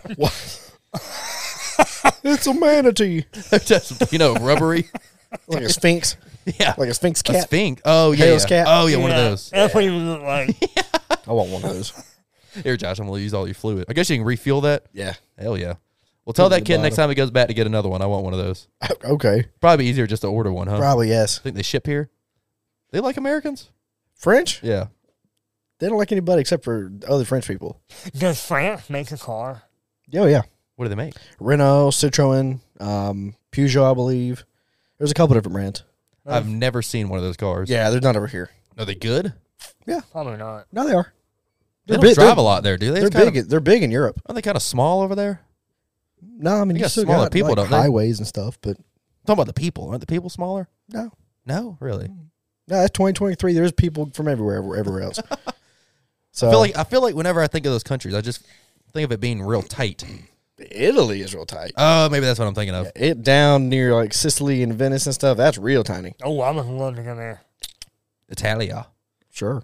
Speaker 6: it's a manatee.
Speaker 8: just you know, rubbery.
Speaker 6: Like a sphinx.
Speaker 8: [LAUGHS] Yeah,
Speaker 6: Like a sphinx
Speaker 8: a
Speaker 6: cat.
Speaker 8: sphinx. Oh yeah,
Speaker 6: Tails
Speaker 8: yeah.
Speaker 6: cat.
Speaker 8: Oh yeah, one of those.
Speaker 9: That's what he would look like.
Speaker 6: [LAUGHS] I want one of those.
Speaker 8: Here, Josh, I'm gonna use all your fluid. I guess you can refuel that.
Speaker 6: Yeah.
Speaker 8: Hell yeah. Well, tell
Speaker 6: Put it
Speaker 8: that kid
Speaker 6: in the
Speaker 8: next
Speaker 6: bottom.
Speaker 8: time he goes back to get another one. I want one of those.
Speaker 6: [LAUGHS] Okay.
Speaker 8: Probably easier just to order one, huh?
Speaker 6: Probably yes.
Speaker 8: Think they ship here? They like Americans?
Speaker 6: French?
Speaker 8: Yeah.
Speaker 6: They don't like anybody except for other French people.
Speaker 9: Does France make a car?
Speaker 6: Oh yeah.
Speaker 8: What do they make?
Speaker 6: Renault, Citroen, um, Peugeot, I believe. There's a couple different brands.
Speaker 8: I've never seen one of those cars.
Speaker 6: Uh, Yeah, they're not over here.
Speaker 8: Are they good?
Speaker 9: Probably not.
Speaker 6: No, they are.
Speaker 8: They don't
Speaker 6: They're big-
Speaker 8: drive
Speaker 6: they're-
Speaker 8: a lot there, do they?
Speaker 6: They're
Speaker 8: It's kind
Speaker 6: big. they're big in Europe.
Speaker 8: Of, are they kind of small over there?
Speaker 6: No, I mean
Speaker 8: They
Speaker 6: you
Speaker 8: got
Speaker 6: still
Speaker 8: smaller
Speaker 6: got
Speaker 8: people,
Speaker 6: people,
Speaker 8: don't
Speaker 6: like,
Speaker 8: they?
Speaker 6: highways and stuff, but
Speaker 8: I'm talking about the people. Aren't the people smaller?
Speaker 6: no,
Speaker 8: No, really.
Speaker 6: no, that's 2023. There's people from everywhere, everywhere,
Speaker 8: [LAUGHS]
Speaker 6: everywhere else. So
Speaker 8: I feel like I feel like whenever I think of those countries, I just think of it being real tight.
Speaker 6: Italy is real tight.
Speaker 8: Oh, maybe that's what I'm thinking of.
Speaker 6: It down near like Sicily and Venice and stuff. That's real tiny.
Speaker 9: Oh, I would love to go there.
Speaker 8: Italia.
Speaker 6: Sure.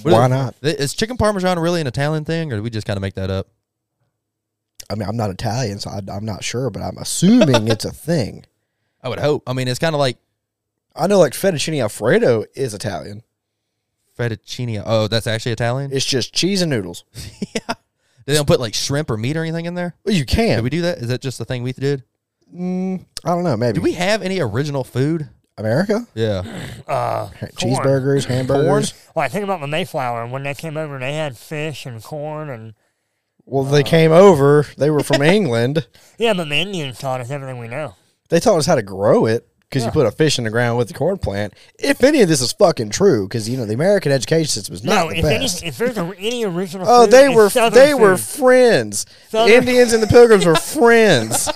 Speaker 8: What
Speaker 6: Why
Speaker 8: is-
Speaker 6: not?
Speaker 8: Th- Is chicken parmesan really an Italian thing, or do we just kind of make that up?
Speaker 6: I mean, I'm not Italian, so I, I'm not sure, but I'm assuming it's a thing.
Speaker 8: I would hope. I mean, it's kind of like
Speaker 6: I know like fettuccine alfredo is Italian.
Speaker 8: fettuccine. Oh, that's actually Italian.
Speaker 6: It's just cheese and noodles.
Speaker 8: [LAUGHS] yeah. They don't put like shrimp or meat or anything in there.
Speaker 6: Well, you
Speaker 8: Did
Speaker 6: can.
Speaker 8: we do that? Is that just the thing we did?
Speaker 6: Mm, I don't know. Maybe
Speaker 8: Do we have any original food?
Speaker 6: America
Speaker 8: Yeah.
Speaker 9: Uh, corn.
Speaker 8: [LAUGHS]
Speaker 6: cheeseburgers, hamburgers.
Speaker 9: Well, I think about the Mayflower when they came over and they had fish and corn and
Speaker 6: Well, they came over. They were from England.
Speaker 9: yeah, but the Indians taught us everything we know.
Speaker 6: They taught us how to grow it because you put a fish in the ground with the corn plant. If any of this is fucking true, because you know the American education system is not
Speaker 9: no,
Speaker 6: the
Speaker 9: if, any,
Speaker 6: best.
Speaker 9: if there's a, any original,
Speaker 6: Oh,
Speaker 9: food,
Speaker 6: they
Speaker 9: it's
Speaker 6: were
Speaker 9: Southern
Speaker 6: they were
Speaker 9: food.
Speaker 6: friends.
Speaker 9: Southern-
Speaker 6: The Indians and the Pilgrims were friends.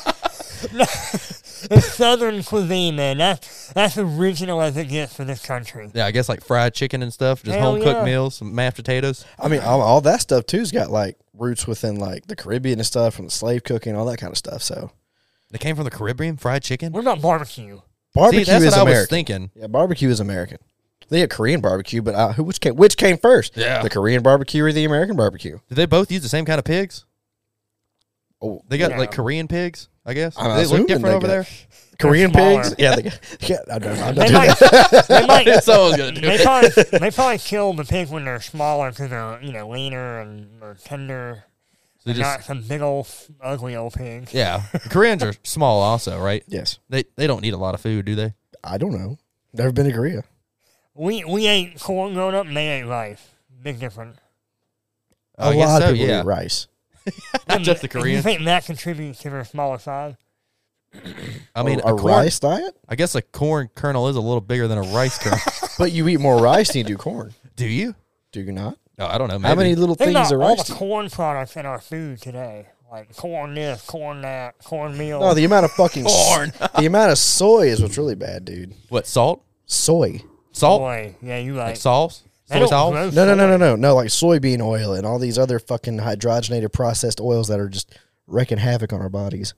Speaker 9: [LAUGHS] It's Southern cuisine, man. That's that's original as it gets for this country.
Speaker 8: Yeah, I guess like fried chicken and stuff, just
Speaker 9: Hell
Speaker 8: home cooked
Speaker 9: yeah.
Speaker 8: meals, some mashed potatoes.
Speaker 6: [LAUGHS] I mean, all, all that stuff too's got like roots within like the Caribbean and stuff from the slave cooking, all that kind of stuff. So
Speaker 8: They came from the Caribbean, fried chicken.
Speaker 9: What about barbecue?
Speaker 8: See,
Speaker 6: barbecue
Speaker 8: that's
Speaker 6: is
Speaker 8: what I
Speaker 6: American.
Speaker 8: was thinking.
Speaker 6: Yeah, barbecue is American. They had Korean barbecue, but uh, who which came which came first?
Speaker 8: Yeah.
Speaker 6: the Korean barbecue or the American barbecue?
Speaker 8: Did they both use the same kind of pigs?
Speaker 6: Oh,
Speaker 8: They got
Speaker 9: No.
Speaker 8: like Korean pigs, I guess.
Speaker 6: I'm
Speaker 8: Do they
Speaker 6: assuming
Speaker 8: look different
Speaker 6: they
Speaker 8: over
Speaker 6: got- [LAUGHS]
Speaker 8: there.
Speaker 6: Korean
Speaker 9: smaller.
Speaker 6: pigs? Yeah, they, [LAUGHS] yeah. I don't, I don't
Speaker 9: They
Speaker 6: do
Speaker 9: might,
Speaker 6: that.
Speaker 8: [LAUGHS]
Speaker 9: they might,
Speaker 8: That's all I was gonna do.
Speaker 9: They probably, they probably kill the pig when they're smaller because they're you know leaner and more tender.
Speaker 8: So
Speaker 9: They're
Speaker 8: just-
Speaker 9: not some big old f- ugly old pig.
Speaker 8: Yeah, The Koreans are small, also, right?
Speaker 6: Yes,
Speaker 8: They they don't need a lot of food, do they?
Speaker 6: I don't know. Never been to Korea.
Speaker 9: We we ate corn growing up, and they ate rice. Big difference.
Speaker 8: Oh,
Speaker 6: A
Speaker 8: I guess
Speaker 6: lot
Speaker 8: so,
Speaker 6: of people
Speaker 8: yeah.
Speaker 6: eat rice.
Speaker 8: [LAUGHS] Not just
Speaker 9: [LAUGHS]
Speaker 8: the
Speaker 9: You
Speaker 8: Koreans.
Speaker 9: think that contributes to their smaller size?
Speaker 8: I mean,
Speaker 6: a,
Speaker 8: a corn-
Speaker 6: rice diet,
Speaker 8: I guess a corn kernel is a little bigger than a rice kernel.
Speaker 6: but you eat more rice than you [LAUGHS] do corn.
Speaker 8: do you?
Speaker 6: Do you not?
Speaker 8: No, Oh, I don't know. Maybe.
Speaker 6: How many little
Speaker 9: Think
Speaker 6: things
Speaker 9: about
Speaker 6: are
Speaker 9: all
Speaker 6: rice?
Speaker 9: the
Speaker 6: to-
Speaker 9: corn products in our food today, like corn this, corn that, corn meal.
Speaker 6: No, the amount of fucking s- [LAUGHS] the amount of soy is what's really bad, dude.
Speaker 8: What salt?
Speaker 6: Soy.
Speaker 8: Salt?
Speaker 9: Boy, yeah, you right.
Speaker 8: Like sauce?
Speaker 9: They
Speaker 8: Soy
Speaker 9: don't
Speaker 8: sauce?
Speaker 9: grow
Speaker 6: No, no, no,
Speaker 9: soy.
Speaker 6: no, no, no. Like soybean oil and all these other fucking hydrogenated processed oils that are just wrecking havoc on our bodies.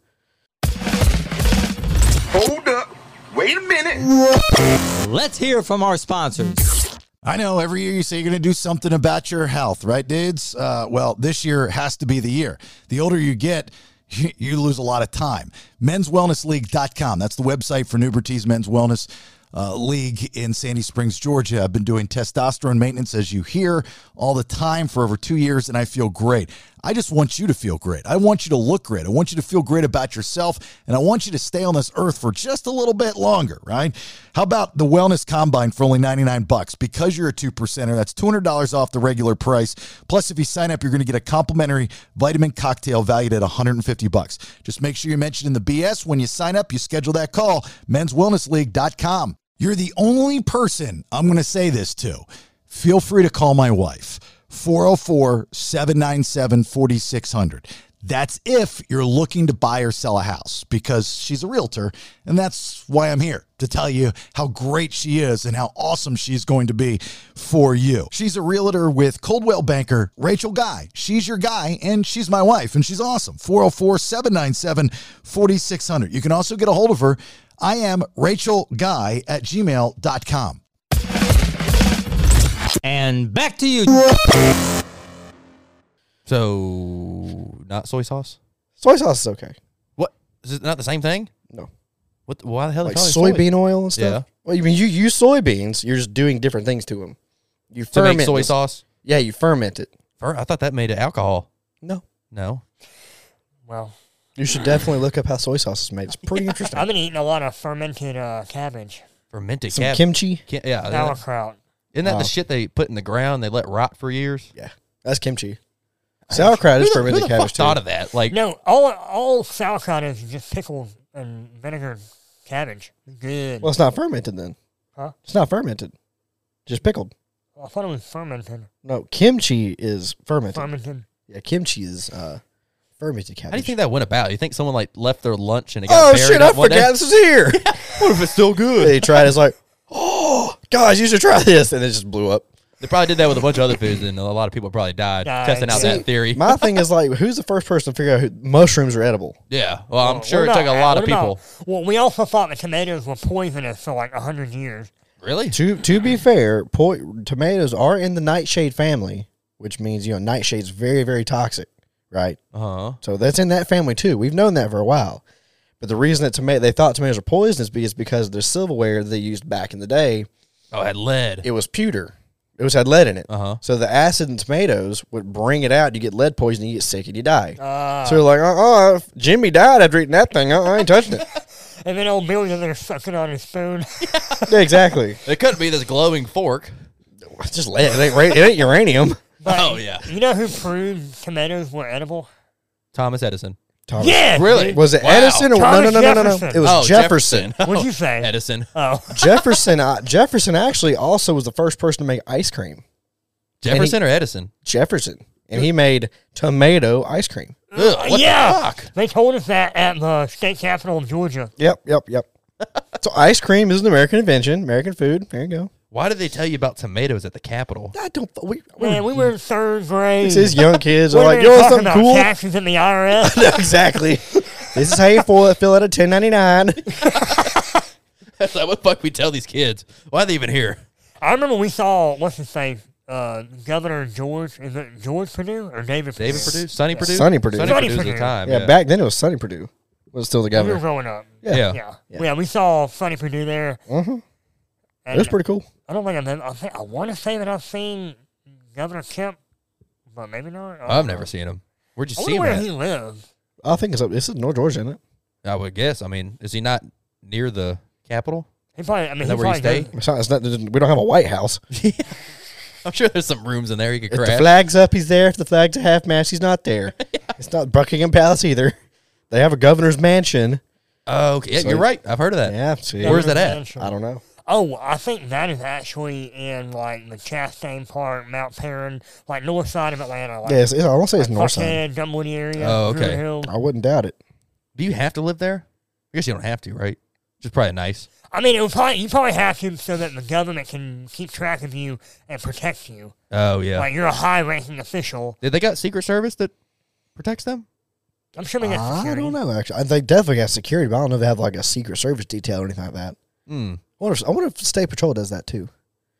Speaker 2: Hold up. Wait a minute.
Speaker 1: Let's hear from our sponsors.
Speaker 4: I know every year you say you're going to do something about your health, right, dudes? Uh, well, this year has to be the year. The older you get, [LAUGHS] you, you lose a lot of time. Men'sWellnessLeague.com. That's the website for Nubertese Men's Wellness uh, League in Sandy Springs, Georgia. I've been doing testosterone maintenance, as you hear, all the time for over two years, and I feel great. I just want you to feel great. I want you to look great. I want you to feel great about yourself, and I want you to stay on this earth for just a little bit longer, right? How about the wellness combine for only 99 bucks? Because you're a 2%er, that's $200 off the regular price. Plus, if you sign up, you're going to get a complimentary vitamin cocktail valued at 150 bucks. Just make sure you mention in the BS when you sign up, you schedule that call, menswellnessleague.com. You're the only person I'm going to say this to. Feel free to call my wife, 404 797 4600. That's if you're looking to buy or sell a house because she's a realtor. And that's why I'm here to tell you how great she is and how awesome she's going to be for you. She's a realtor with Coldwell banker Rachel Guy. She's your guy and she's my wife and she's awesome. 404 797 4600. You can also get a hold of her. I am Rachel Guy at gmail.com.
Speaker 1: And back to you.
Speaker 8: So, not soy sauce?
Speaker 6: Soy sauce is okay.
Speaker 8: What? Is it not the same thing?
Speaker 6: No.
Speaker 8: What? the- Why the hell
Speaker 6: Like
Speaker 8: they call it
Speaker 6: soybean oil and stuff.
Speaker 8: Yeah.
Speaker 6: Well, you mean you use soybeans, you're just doing different things to them. You
Speaker 8: To
Speaker 6: ferment
Speaker 8: make soy
Speaker 6: the-
Speaker 8: sauce?
Speaker 6: Yeah, you ferment it.
Speaker 8: Fer- I thought that made it alcohol.
Speaker 6: No.
Speaker 8: No.
Speaker 9: Well,
Speaker 6: You should definitely look up how soy sauce is made. It's pretty
Speaker 8: [LAUGHS]
Speaker 6: interesting.
Speaker 9: I've been eating a lot of fermented uh, cabbage,
Speaker 8: Fermented
Speaker 6: Some
Speaker 8: cab-
Speaker 6: kimchi.
Speaker 8: Ki- yeah. isn't that-
Speaker 9: sauerkraut.
Speaker 8: Isn't that
Speaker 6: Oh.
Speaker 8: the shit they put in the ground they let rot for years?
Speaker 6: Yeah, that's kimchi. Sauerkraut is
Speaker 8: Who the-
Speaker 6: fermented
Speaker 8: who the
Speaker 6: cabbage
Speaker 8: fuck thought
Speaker 6: too.
Speaker 8: of that? Like,
Speaker 9: No, all all sauerkraut is just pickled and vinegar cabbage. Good.
Speaker 6: Well, it's not fermented then.
Speaker 9: Huh?
Speaker 6: It's not fermented. Just pickled.
Speaker 9: I thought it was fermented.
Speaker 6: No, kimchi is fermented.
Speaker 9: Fermented.
Speaker 6: yeah, kimchi is uh, fermented cabbage.
Speaker 8: how do you think that went about? You think someone like left their lunch and it got
Speaker 6: oh
Speaker 8: buried
Speaker 6: shit!
Speaker 8: up
Speaker 6: I
Speaker 8: one
Speaker 6: forgot
Speaker 8: day?
Speaker 6: this is here.
Speaker 8: What if [LAUGHS] it's still good?
Speaker 6: [LAUGHS] they tried. It's like, oh guys, you should try this, and it just blew up.
Speaker 8: They probably did that with a bunch of other foods, and a lot of people probably died,
Speaker 9: Died,
Speaker 8: testing out
Speaker 9: yeah.
Speaker 8: that theory.
Speaker 6: My thing is like, who's the first person to figure out who mushrooms are edible?
Speaker 8: yeah, well, I'm
Speaker 9: Well,
Speaker 8: sure it
Speaker 9: what
Speaker 8: took a
Speaker 9: about-
Speaker 8: lot of
Speaker 9: what about-
Speaker 8: people.
Speaker 9: well, we also thought that tomatoes were poisonous for like hundred years.
Speaker 8: Really?
Speaker 6: To to be fair, po- tomatoes are in the nightshade family, which means you know nightshade's very very toxic, right?
Speaker 8: Uh huh.
Speaker 6: So that's in that family too. We've known that for a while. But the reason that tomato they thought tomatoes were poisonous is because their silverware they used back in the day
Speaker 8: Oh, it had lead.
Speaker 6: it was pewter It was had lead in it.
Speaker 8: Uh-huh.
Speaker 6: So the acid in tomatoes would bring it out. You get lead poisoning. You get sick and you die.
Speaker 9: Ah.
Speaker 6: so they're like, uh uh Jimmy died after eating that thing. Uh, I ain't touching it.
Speaker 9: And then old Billy's in there sucking on
Speaker 8: [LAUGHS]
Speaker 9: his spoon.
Speaker 6: yeah, exactly.
Speaker 8: It couldn't be this glowing fork.
Speaker 6: It's just lead. It ain't, ra- it ain't uranium.
Speaker 8: oh yeah,
Speaker 9: you know who proved tomatoes were edible?
Speaker 8: Thomas Edison.
Speaker 6: Thomas.
Speaker 9: Yeah.
Speaker 8: Really?
Speaker 6: Was it
Speaker 8: Wow.
Speaker 6: Edison or
Speaker 9: Thomas
Speaker 6: no, no, no, no, no, no.
Speaker 9: Jefferson.
Speaker 6: It was
Speaker 8: Oh,
Speaker 6: Jefferson. [LAUGHS]
Speaker 9: What'd you say?
Speaker 8: [LAUGHS] Edison.
Speaker 9: Oh,
Speaker 6: Jefferson. uh, Jefferson actually also was the first person to make ice cream.
Speaker 8: Jefferson or Edison?
Speaker 6: Jefferson, and he made tomato ice cream.
Speaker 8: Ugh, what
Speaker 9: Uh, [LAUGHS] yeah.
Speaker 8: the fuck?
Speaker 9: They told us that at the state capitol of Georgia.
Speaker 6: Yep, yep, yep. so ice cream is an American invention, American food. There you go.
Speaker 8: Why did they tell you about tomatoes at the Capitol? [LAUGHS]
Speaker 6: I don't. We,
Speaker 8: Hmm.
Speaker 9: Man, we were in third grade.
Speaker 6: this is young kids
Speaker 9: We
Speaker 6: are
Speaker 9: were
Speaker 6: like, you want
Speaker 9: talking
Speaker 6: something
Speaker 9: about
Speaker 6: cool?
Speaker 9: Taxes in
Speaker 8: [LAUGHS]
Speaker 9: the IRS.
Speaker 6: [LAUGHS] exactly. This is how you fill, fill out a ten ninety [LAUGHS] nine.
Speaker 8: That's like, what the fuck we tell these kids? Why are they even here?
Speaker 9: I remember we saw what's his name, uh, Governor George. Is it George Purdue or David?
Speaker 8: David
Speaker 9: Perdue?
Speaker 8: Purdue, Sonny Purdue,
Speaker 6: Sonny Purdue.
Speaker 8: Sonny
Speaker 9: Sonny
Speaker 8: Purdue's the
Speaker 9: Purdue.
Speaker 8: time.
Speaker 6: Yeah, back then it was Sonny Purdue was still the
Speaker 9: We were
Speaker 6: governor.
Speaker 9: growing up.
Speaker 8: Yeah.
Speaker 9: Yeah. yeah, we saw Sonny Purdue there.
Speaker 6: Mm-hmm. It was pretty cool.
Speaker 9: I don't think I've been, I think I want to say that I've seen Governor Kemp, but maybe not. Uh, I don't
Speaker 8: I've
Speaker 9: know.
Speaker 8: never seen him. Where'd you
Speaker 9: I
Speaker 8: see
Speaker 9: wonder
Speaker 8: him? at?
Speaker 9: where he lives.
Speaker 6: I think it's up. This is North Georgia, isn't it?
Speaker 8: I would guess. I mean, is he not near the Capitol?
Speaker 9: He probably. I mean,
Speaker 8: Is that
Speaker 9: he
Speaker 8: where
Speaker 9: probably
Speaker 8: he stayed?
Speaker 9: goes-
Speaker 6: It's not, it's not, we don't have a White House.
Speaker 8: I'm sure there's some rooms in there he could
Speaker 6: If the
Speaker 8: crash.
Speaker 6: flag's up, he's there. If the flag's a half mast, he's not there. It's not Buckingham Palace either. They have a governor's mansion.
Speaker 8: Oh, okay. Yeah,
Speaker 6: So-
Speaker 8: you're right. I've heard of that.
Speaker 6: Yeah, see,
Speaker 8: Where's that at?
Speaker 9: Mansion.
Speaker 6: I don't know.
Speaker 9: Oh, I think that is actually in like the Chastain Park, Mount Perrin, like north side of Atlanta. Like,
Speaker 6: Yeah, it's, it's, I won't say it's north side.
Speaker 9: Buckhead, Gumwood area.
Speaker 8: Oh, okay.
Speaker 9: Druid Hill.
Speaker 6: I wouldn't doubt it.
Speaker 8: Do you have to live there? I guess you don't have to, right? Just probably nice.
Speaker 9: I mean, it would probably you probably have to so that the government can keep track of you and protect you.
Speaker 8: Oh yeah.
Speaker 9: Like you're a high-ranking official.
Speaker 8: Did they got Secret Service that protects them?
Speaker 9: I'm sure they got
Speaker 6: I
Speaker 9: security.
Speaker 6: don't know. Actually, I- they definitely got security, but I don't know if they have like a secret service detail or anything like that.
Speaker 8: Hmm.
Speaker 6: I wonder, if, I wonder if State Patrol does that too.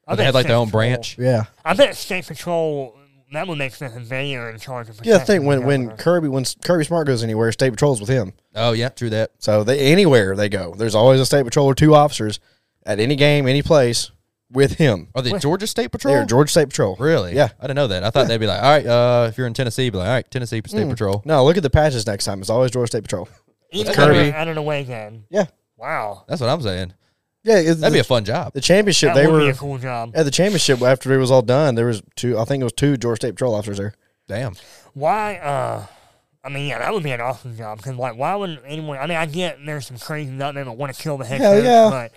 Speaker 9: I
Speaker 8: they
Speaker 9: bet
Speaker 8: had like their
Speaker 9: State
Speaker 8: own
Speaker 9: Patrol-
Speaker 8: branch.
Speaker 6: Yeah,
Speaker 9: I bet State Patrol. That would make sense. if They are in charge of.
Speaker 6: yeah. I
Speaker 9: protecting
Speaker 6: think when
Speaker 9: the
Speaker 6: when
Speaker 9: government.
Speaker 6: Kirby when Kirby Smart goes anywhere, State Patrol's with him.
Speaker 8: Oh yeah, true that.
Speaker 6: So they anywhere they go, there's always a State Patrol or two officers at any game, any place with him.
Speaker 8: Are they Georgia State Patrol?
Speaker 6: They're Georgia State Patrol.
Speaker 8: Really?
Speaker 6: Yeah.
Speaker 8: I didn't know that. I thought they'd be like, all right, uh, if you're in Tennessee, be like, all right, Tennessee State Patrol.
Speaker 6: Mm. No, look at the patches next time. It's always Georgia State Patrol.
Speaker 9: Even
Speaker 6: Kirby.
Speaker 9: Kirby out an away game.
Speaker 6: Yeah,
Speaker 9: Wow,
Speaker 8: That's what I'm saying.
Speaker 6: yeah. That'd
Speaker 8: That'd be a fun job.
Speaker 6: the championship.
Speaker 9: that
Speaker 6: they
Speaker 9: would
Speaker 6: were
Speaker 9: be a cool job.
Speaker 6: at the championship after it was all done. There was two. I think it was two Georgia State Patrol officers there.
Speaker 8: Damn.
Speaker 9: Why? uh I mean, yeah, that would be an awesome job. Because like, why would anyone? I mean, I get there's some crazies out there that want to kill the head
Speaker 6: Hell
Speaker 9: coach,
Speaker 6: yeah.
Speaker 9: but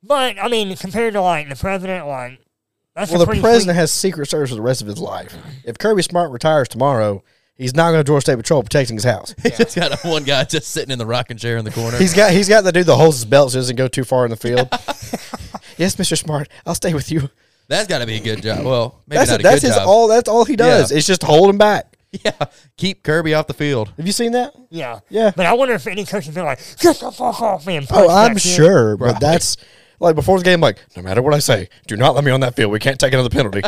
Speaker 9: but I mean, compared to like the president, like that's
Speaker 6: Well,
Speaker 9: a
Speaker 6: the
Speaker 9: pretty
Speaker 6: president has Secret Service for the rest of his life. If Kirby Smart retires tomorrow, he's not going to Georgia State Patrol protecting his
Speaker 8: [LAUGHS]
Speaker 6: house.
Speaker 8: He just got one guy just sitting in the rocking chair in the corner.
Speaker 6: He's got he's got the dude that holds his belt so he doesn't go too far in
Speaker 9: [LAUGHS]
Speaker 6: the field. yes, Mr. Smart, I'll stay with you.
Speaker 8: that's got to be a good job. Well, maybe
Speaker 6: That's
Speaker 8: not a,
Speaker 6: that's
Speaker 8: good
Speaker 6: his
Speaker 8: job.
Speaker 6: all. That's all he does.
Speaker 8: Yeah.
Speaker 6: It's just hold him back.
Speaker 8: [LAUGHS] yeah. Keep Kirby off the field.
Speaker 6: Have you seen that?
Speaker 9: sweet- yeah,
Speaker 6: Yeah.
Speaker 9: But I wonder if any coaches are like, get the fuck off me and punch
Speaker 6: Oh, I'm
Speaker 9: that kid."
Speaker 6: sure, but that's like before the game. Like, no matter what I say, do not let me on that field. We can't take another penalty.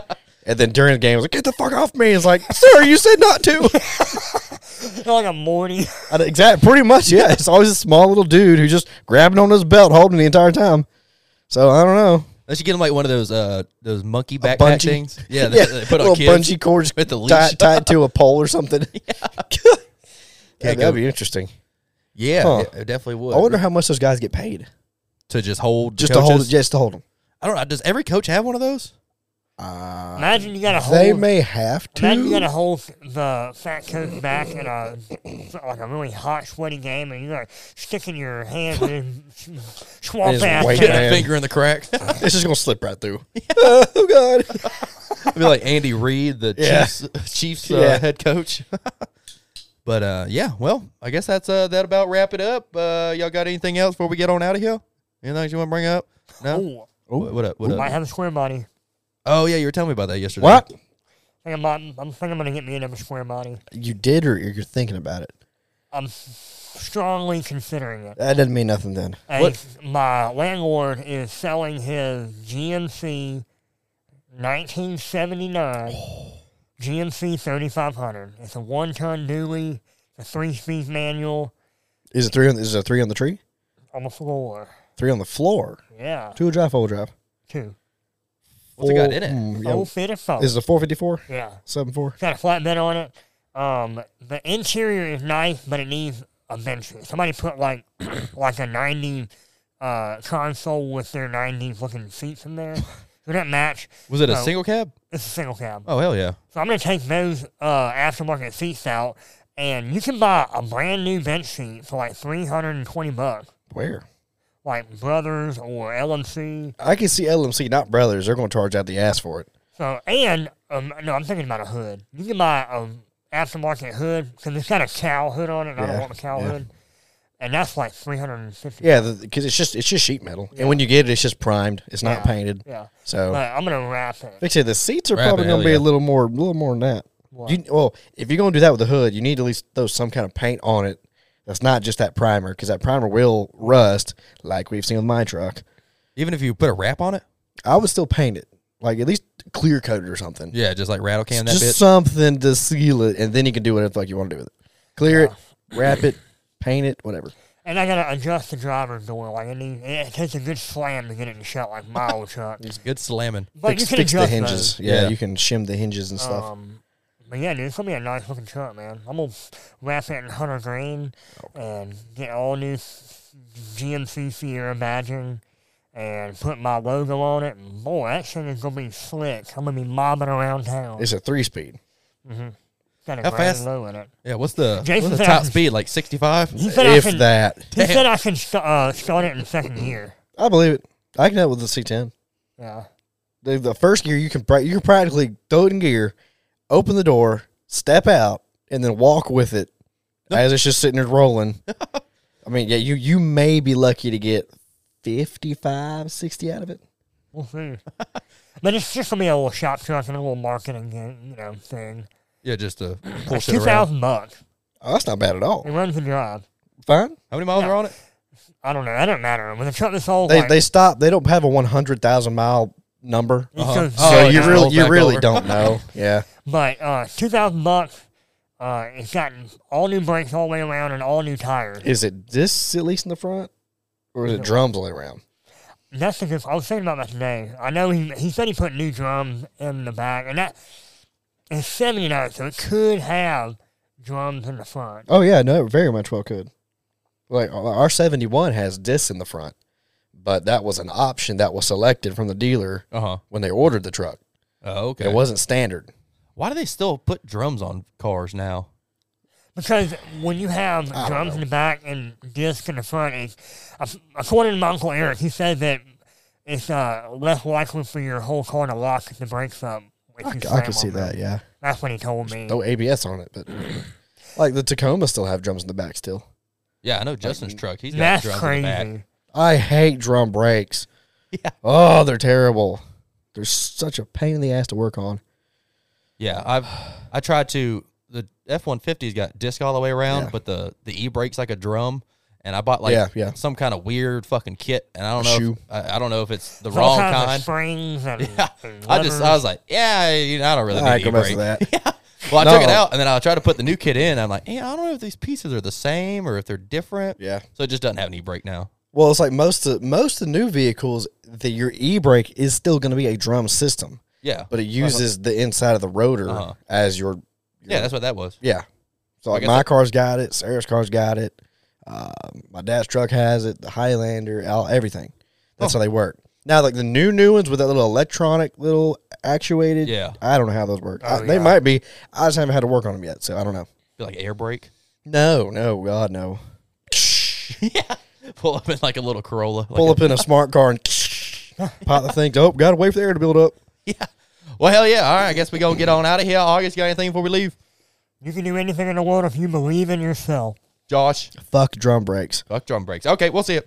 Speaker 6: and then during the game, it's like, get the fuck off me. It's like, sir, you said not to.
Speaker 9: They're like a Morty. [LAUGHS]
Speaker 6: Exactly. Pretty much, yeah. It's always a small little dude who just grabbing on his belt, holding the entire time. So I don't know.
Speaker 8: Unless you get him like one of those uh those monkey backpack
Speaker 6: bungee. [LAUGHS]
Speaker 8: things. Yeah, they, they put on
Speaker 6: little
Speaker 8: kids
Speaker 6: bungee cords
Speaker 8: with the leash. [LAUGHS]
Speaker 6: tied, tied to a pole or something. yeah,
Speaker 8: go-
Speaker 6: that'd be interesting.
Speaker 8: Yeah,
Speaker 6: Huh.
Speaker 8: it, it definitely would.
Speaker 6: I wonder how much those guys get paid
Speaker 8: to just hold
Speaker 6: just to hold
Speaker 8: coaches?
Speaker 6: just to hold them.
Speaker 8: I don't know. Does every coach have one of those?
Speaker 9: Imagine you got a
Speaker 6: They
Speaker 9: whole.
Speaker 6: may [LAUGHS] have to.
Speaker 9: Imagine you got to hold the fat coach back in a like a really hot, sweaty game, and you're like sticking your hand in his swamp
Speaker 6: Just
Speaker 9: ass.
Speaker 6: wait,
Speaker 9: in
Speaker 8: Get
Speaker 9: it.
Speaker 8: a
Speaker 6: Man.
Speaker 8: finger in the
Speaker 6: [LAUGHS]
Speaker 8: crack.
Speaker 6: it's just gonna slip right through. oh God!
Speaker 8: It'd be like Andy Reid, the
Speaker 6: Yeah.
Speaker 8: Chiefs, Chiefs uh,
Speaker 6: [LAUGHS] Yeah.
Speaker 8: head coach. but uh, yeah, well, I guess that's uh, that about wrap it up. Uh, y'all got anything else before we get on out of here? Anything you want to bring up? No.
Speaker 9: Ooh,
Speaker 8: What, what up? What
Speaker 9: might
Speaker 8: up?
Speaker 9: have a square body.
Speaker 8: Oh yeah, you were telling me about that yesterday.
Speaker 6: What?
Speaker 9: think I'm, I'm, I'm think I'm gonna get me another square body.
Speaker 6: You did, or you're thinking about it?
Speaker 9: I'm strongly considering it.
Speaker 6: That doesn't mean nothing. Then
Speaker 9: Hey, My landlord is selling his GMC 1979
Speaker 6: Oh.
Speaker 9: GMC 3500. It's a one-ton dually, a three-speed manual
Speaker 6: is it three? On, is it a three on the tree?
Speaker 9: on the floor.
Speaker 6: Three on the floor?
Speaker 9: Yeah,
Speaker 6: Two wheel drive, four wheel drive?
Speaker 9: two.
Speaker 8: What's it got in it? Oh,
Speaker 6: Ooh, yeah.
Speaker 9: Old fit as fuck.
Speaker 6: Is it a 454?
Speaker 9: yeah.
Speaker 6: 74?
Speaker 9: Got a flat bed on it. Um, the interior is nice, but it needs a bench. Somebody put like [CLEARS THROAT] like a 90s uh, console with their 90s looking seats in
Speaker 6: [LAUGHS]
Speaker 9: there. Would that match?
Speaker 8: Was it a
Speaker 9: So,
Speaker 8: single cab?
Speaker 9: It's a single cab.
Speaker 8: Oh hell yeah!
Speaker 9: So I'm gonna take those uh, aftermarket seats out, and you can buy a brand new bench seat for like 320 bucks,
Speaker 6: Where?
Speaker 9: like Brothers or LMC.
Speaker 6: I can see LMC, not Brothers. They're going to charge out the ass for it.
Speaker 9: So and um, no, I'm thinking about a hood. You can buy a aftermarket hood because it's got a cow hood on it. and I don't
Speaker 6: Yeah,
Speaker 9: want the cow
Speaker 6: yeah.
Speaker 9: hood, and that's like 350.
Speaker 6: Yeah, because it's just it's just sheet metal, and when you get it, it's just primed. It's not painted.
Speaker 9: yeah.
Speaker 6: So,
Speaker 9: But I'm gonna wrap it.
Speaker 6: like I said, the seats are
Speaker 8: Wrap it,
Speaker 6: probably going
Speaker 8: hell
Speaker 6: to be
Speaker 8: yeah.
Speaker 6: a little more, a little more than that. You, well, if you're going to do that with the hood, you need to at least throw some kind of paint on it. That's not just that primer, because that primer will rust, like we've seen with my truck.
Speaker 8: Even if you put a wrap on it,
Speaker 6: I would still paint it, like at least clear coat it or something.
Speaker 8: yeah, just like rattle can that
Speaker 6: just
Speaker 8: bitch.
Speaker 6: something to seal it, and then you can do whatever the fuck you want to do with it. Clear it, wrap it, paint it, whatever.
Speaker 9: And I gotta adjust the driver's door. Like it, needs, it takes a good slam to get it in shut, like my old
Speaker 6: [LAUGHS]
Speaker 9: truck.
Speaker 8: It's good slamming.
Speaker 9: But
Speaker 6: fix
Speaker 9: you can
Speaker 6: fix the
Speaker 9: adjust
Speaker 6: hinges.
Speaker 9: those.
Speaker 6: Yeah,
Speaker 8: Yeah.
Speaker 6: you can shim the hinges and stuff.
Speaker 9: Um, but yeah, dude, it's gonna be a nice looking truck, man. I'm gonna wrap it in hunter green and get all new s- GMC Sierra badging and put my logo on it. And boy, that shit is gonna be slick. I'm gonna be mobbing around town.
Speaker 6: It's a three speed.
Speaker 9: got a
Speaker 8: how
Speaker 9: grand
Speaker 8: fast-
Speaker 9: low in it.
Speaker 8: Yeah, what's the
Speaker 9: Jason
Speaker 8: what's the
Speaker 9: Statham.
Speaker 8: top speed? Like sixty five.
Speaker 9: He said I
Speaker 6: If
Speaker 9: can.
Speaker 6: that,
Speaker 9: he said I can st- uh, start it in
Speaker 8: [LAUGHS]
Speaker 9: the second year.
Speaker 6: I believe it. I can do it with the C10.
Speaker 9: Yeah.
Speaker 6: The, the first gear, you can pra- you can practically throw it in gear, open the door, step out, and then walk with it as it's just sitting there [LAUGHS] rolling. I mean, yeah, you you may be lucky to get 55, 60 out of it.
Speaker 9: We'll see. but it's just gonna be a little shop truck and a little marketing, you know, thing.
Speaker 8: Yeah, just to pull
Speaker 9: Like
Speaker 8: shit
Speaker 9: Two
Speaker 8: around.
Speaker 9: thousand bucks.
Speaker 6: Oh, that's not bad at
Speaker 9: It
Speaker 6: all.
Speaker 9: runs and drives.
Speaker 6: Fine.
Speaker 8: How many miles are on it?
Speaker 9: I don't know. That doesn't matter. When the truck is old,
Speaker 6: They
Speaker 9: like,
Speaker 6: they stop. They don't have a one hundred thousand mile number.
Speaker 9: it's
Speaker 8: Uh-huh.
Speaker 9: just-
Speaker 8: Oh,
Speaker 6: So
Speaker 8: it
Speaker 6: you
Speaker 8: just
Speaker 6: really
Speaker 8: rolls
Speaker 6: you
Speaker 8: back
Speaker 6: really
Speaker 8: over.
Speaker 6: don't [LAUGHS] know. Yeah.
Speaker 9: But uh, two thousand bucks. Uh, it's got all new brakes all the way around and all new tires.
Speaker 6: Is it this at least in the front, or is it drums all the way around?
Speaker 9: That's the good. I was thinking about that today. I know he he said he put new drums in the back, and that it's seventy nine, so it could have drums in the front.
Speaker 6: Oh yeah, no, it very much well could. Like our seventy one has disc in the front, but that was an option that was selected from the dealer
Speaker 8: Uh huh.
Speaker 6: when they ordered the truck.
Speaker 8: Oh, okay.
Speaker 6: It wasn't standard.
Speaker 8: Why do they still put drums on cars now?
Speaker 9: Because when you have drums in the back and disc in the front, it's, according to my Uncle Eric, he said that it's uh, less likely for your whole car to lock if the brakes up. if you
Speaker 6: I
Speaker 9: slam
Speaker 6: could see
Speaker 9: on them.
Speaker 6: that. Yeah,
Speaker 9: That's what he told me.
Speaker 6: no ABS on it, but [CLEARS THROAT] like the Tacoma still have drums in the back still.
Speaker 8: Yeah, I know Justin's truck. He's got
Speaker 9: That's
Speaker 8: drums in the back.
Speaker 9: crazy.
Speaker 6: I hate drum brakes.
Speaker 8: [LAUGHS] Yeah.
Speaker 6: Oh, they're terrible. They're such a pain in the ass to work on.
Speaker 8: Yeah, I've I tried to the F one fifty's got disc all the way around,
Speaker 6: Yeah.
Speaker 8: but the the e brake's like a drum. And I bought like
Speaker 6: Yeah, yeah.
Speaker 8: some kind of weird fucking kit, and I don't
Speaker 6: A
Speaker 8: know.
Speaker 6: shoe.
Speaker 8: If, I, I don't know if it's the
Speaker 9: It's all
Speaker 8: wrong
Speaker 9: kinds of
Speaker 8: kind. [LAUGHS]
Speaker 9: springs and, and
Speaker 8: I just I
Speaker 9: levers.
Speaker 8: was like, yeah, you know, I don't really
Speaker 6: I
Speaker 8: need
Speaker 6: can
Speaker 8: e
Speaker 6: mess with
Speaker 8: brake.
Speaker 6: that.
Speaker 8: [LAUGHS] Well, I took it
Speaker 6: No.
Speaker 8: out, and then I tried to put the new kit in. I'm like, yeah, I don't know if these pieces are the same or if they're different.
Speaker 6: Yeah.
Speaker 8: So it just doesn't have an e brake now.
Speaker 6: Well, it's like most of most of the new vehicles, the your e brake is still going to be a drum system,
Speaker 8: Yeah.
Speaker 6: but it uses the inside of the rotor
Speaker 8: Uh-huh.
Speaker 6: as your, your-
Speaker 8: yeah, that's what that was.
Speaker 6: yeah. So like
Speaker 8: guess
Speaker 6: my
Speaker 8: that-
Speaker 6: car's got it, Sarah's car's got it, um, my dad's truck has it, the Highlander, all, everything. That's how they work. Now, like the new new ones with that little electronic little actuated,
Speaker 8: Yeah.
Speaker 6: I don't know how those work. I-
Speaker 9: Oh,
Speaker 6: They
Speaker 9: yeah.
Speaker 6: might be. I just haven't had to work on them yet, so I don't know.
Speaker 8: Be like air brake. [LAUGHS]
Speaker 6: No, no, God, no.
Speaker 8: yeah. Pull up in like a little Corolla. like
Speaker 6: Pull
Speaker 8: a-
Speaker 6: up in a smart car and [LAUGHS] pop the thing. Oh, gotta wait for the air to build up.
Speaker 8: Well, hell yeah. All right, I guess we gonna get on out of here. August, you got anything before we leave?
Speaker 9: you can do anything in the world if you believe in yourself.
Speaker 8: Josh,
Speaker 6: Fuck drum brakes.
Speaker 8: fuck drum brakes. Okay, we'll see you.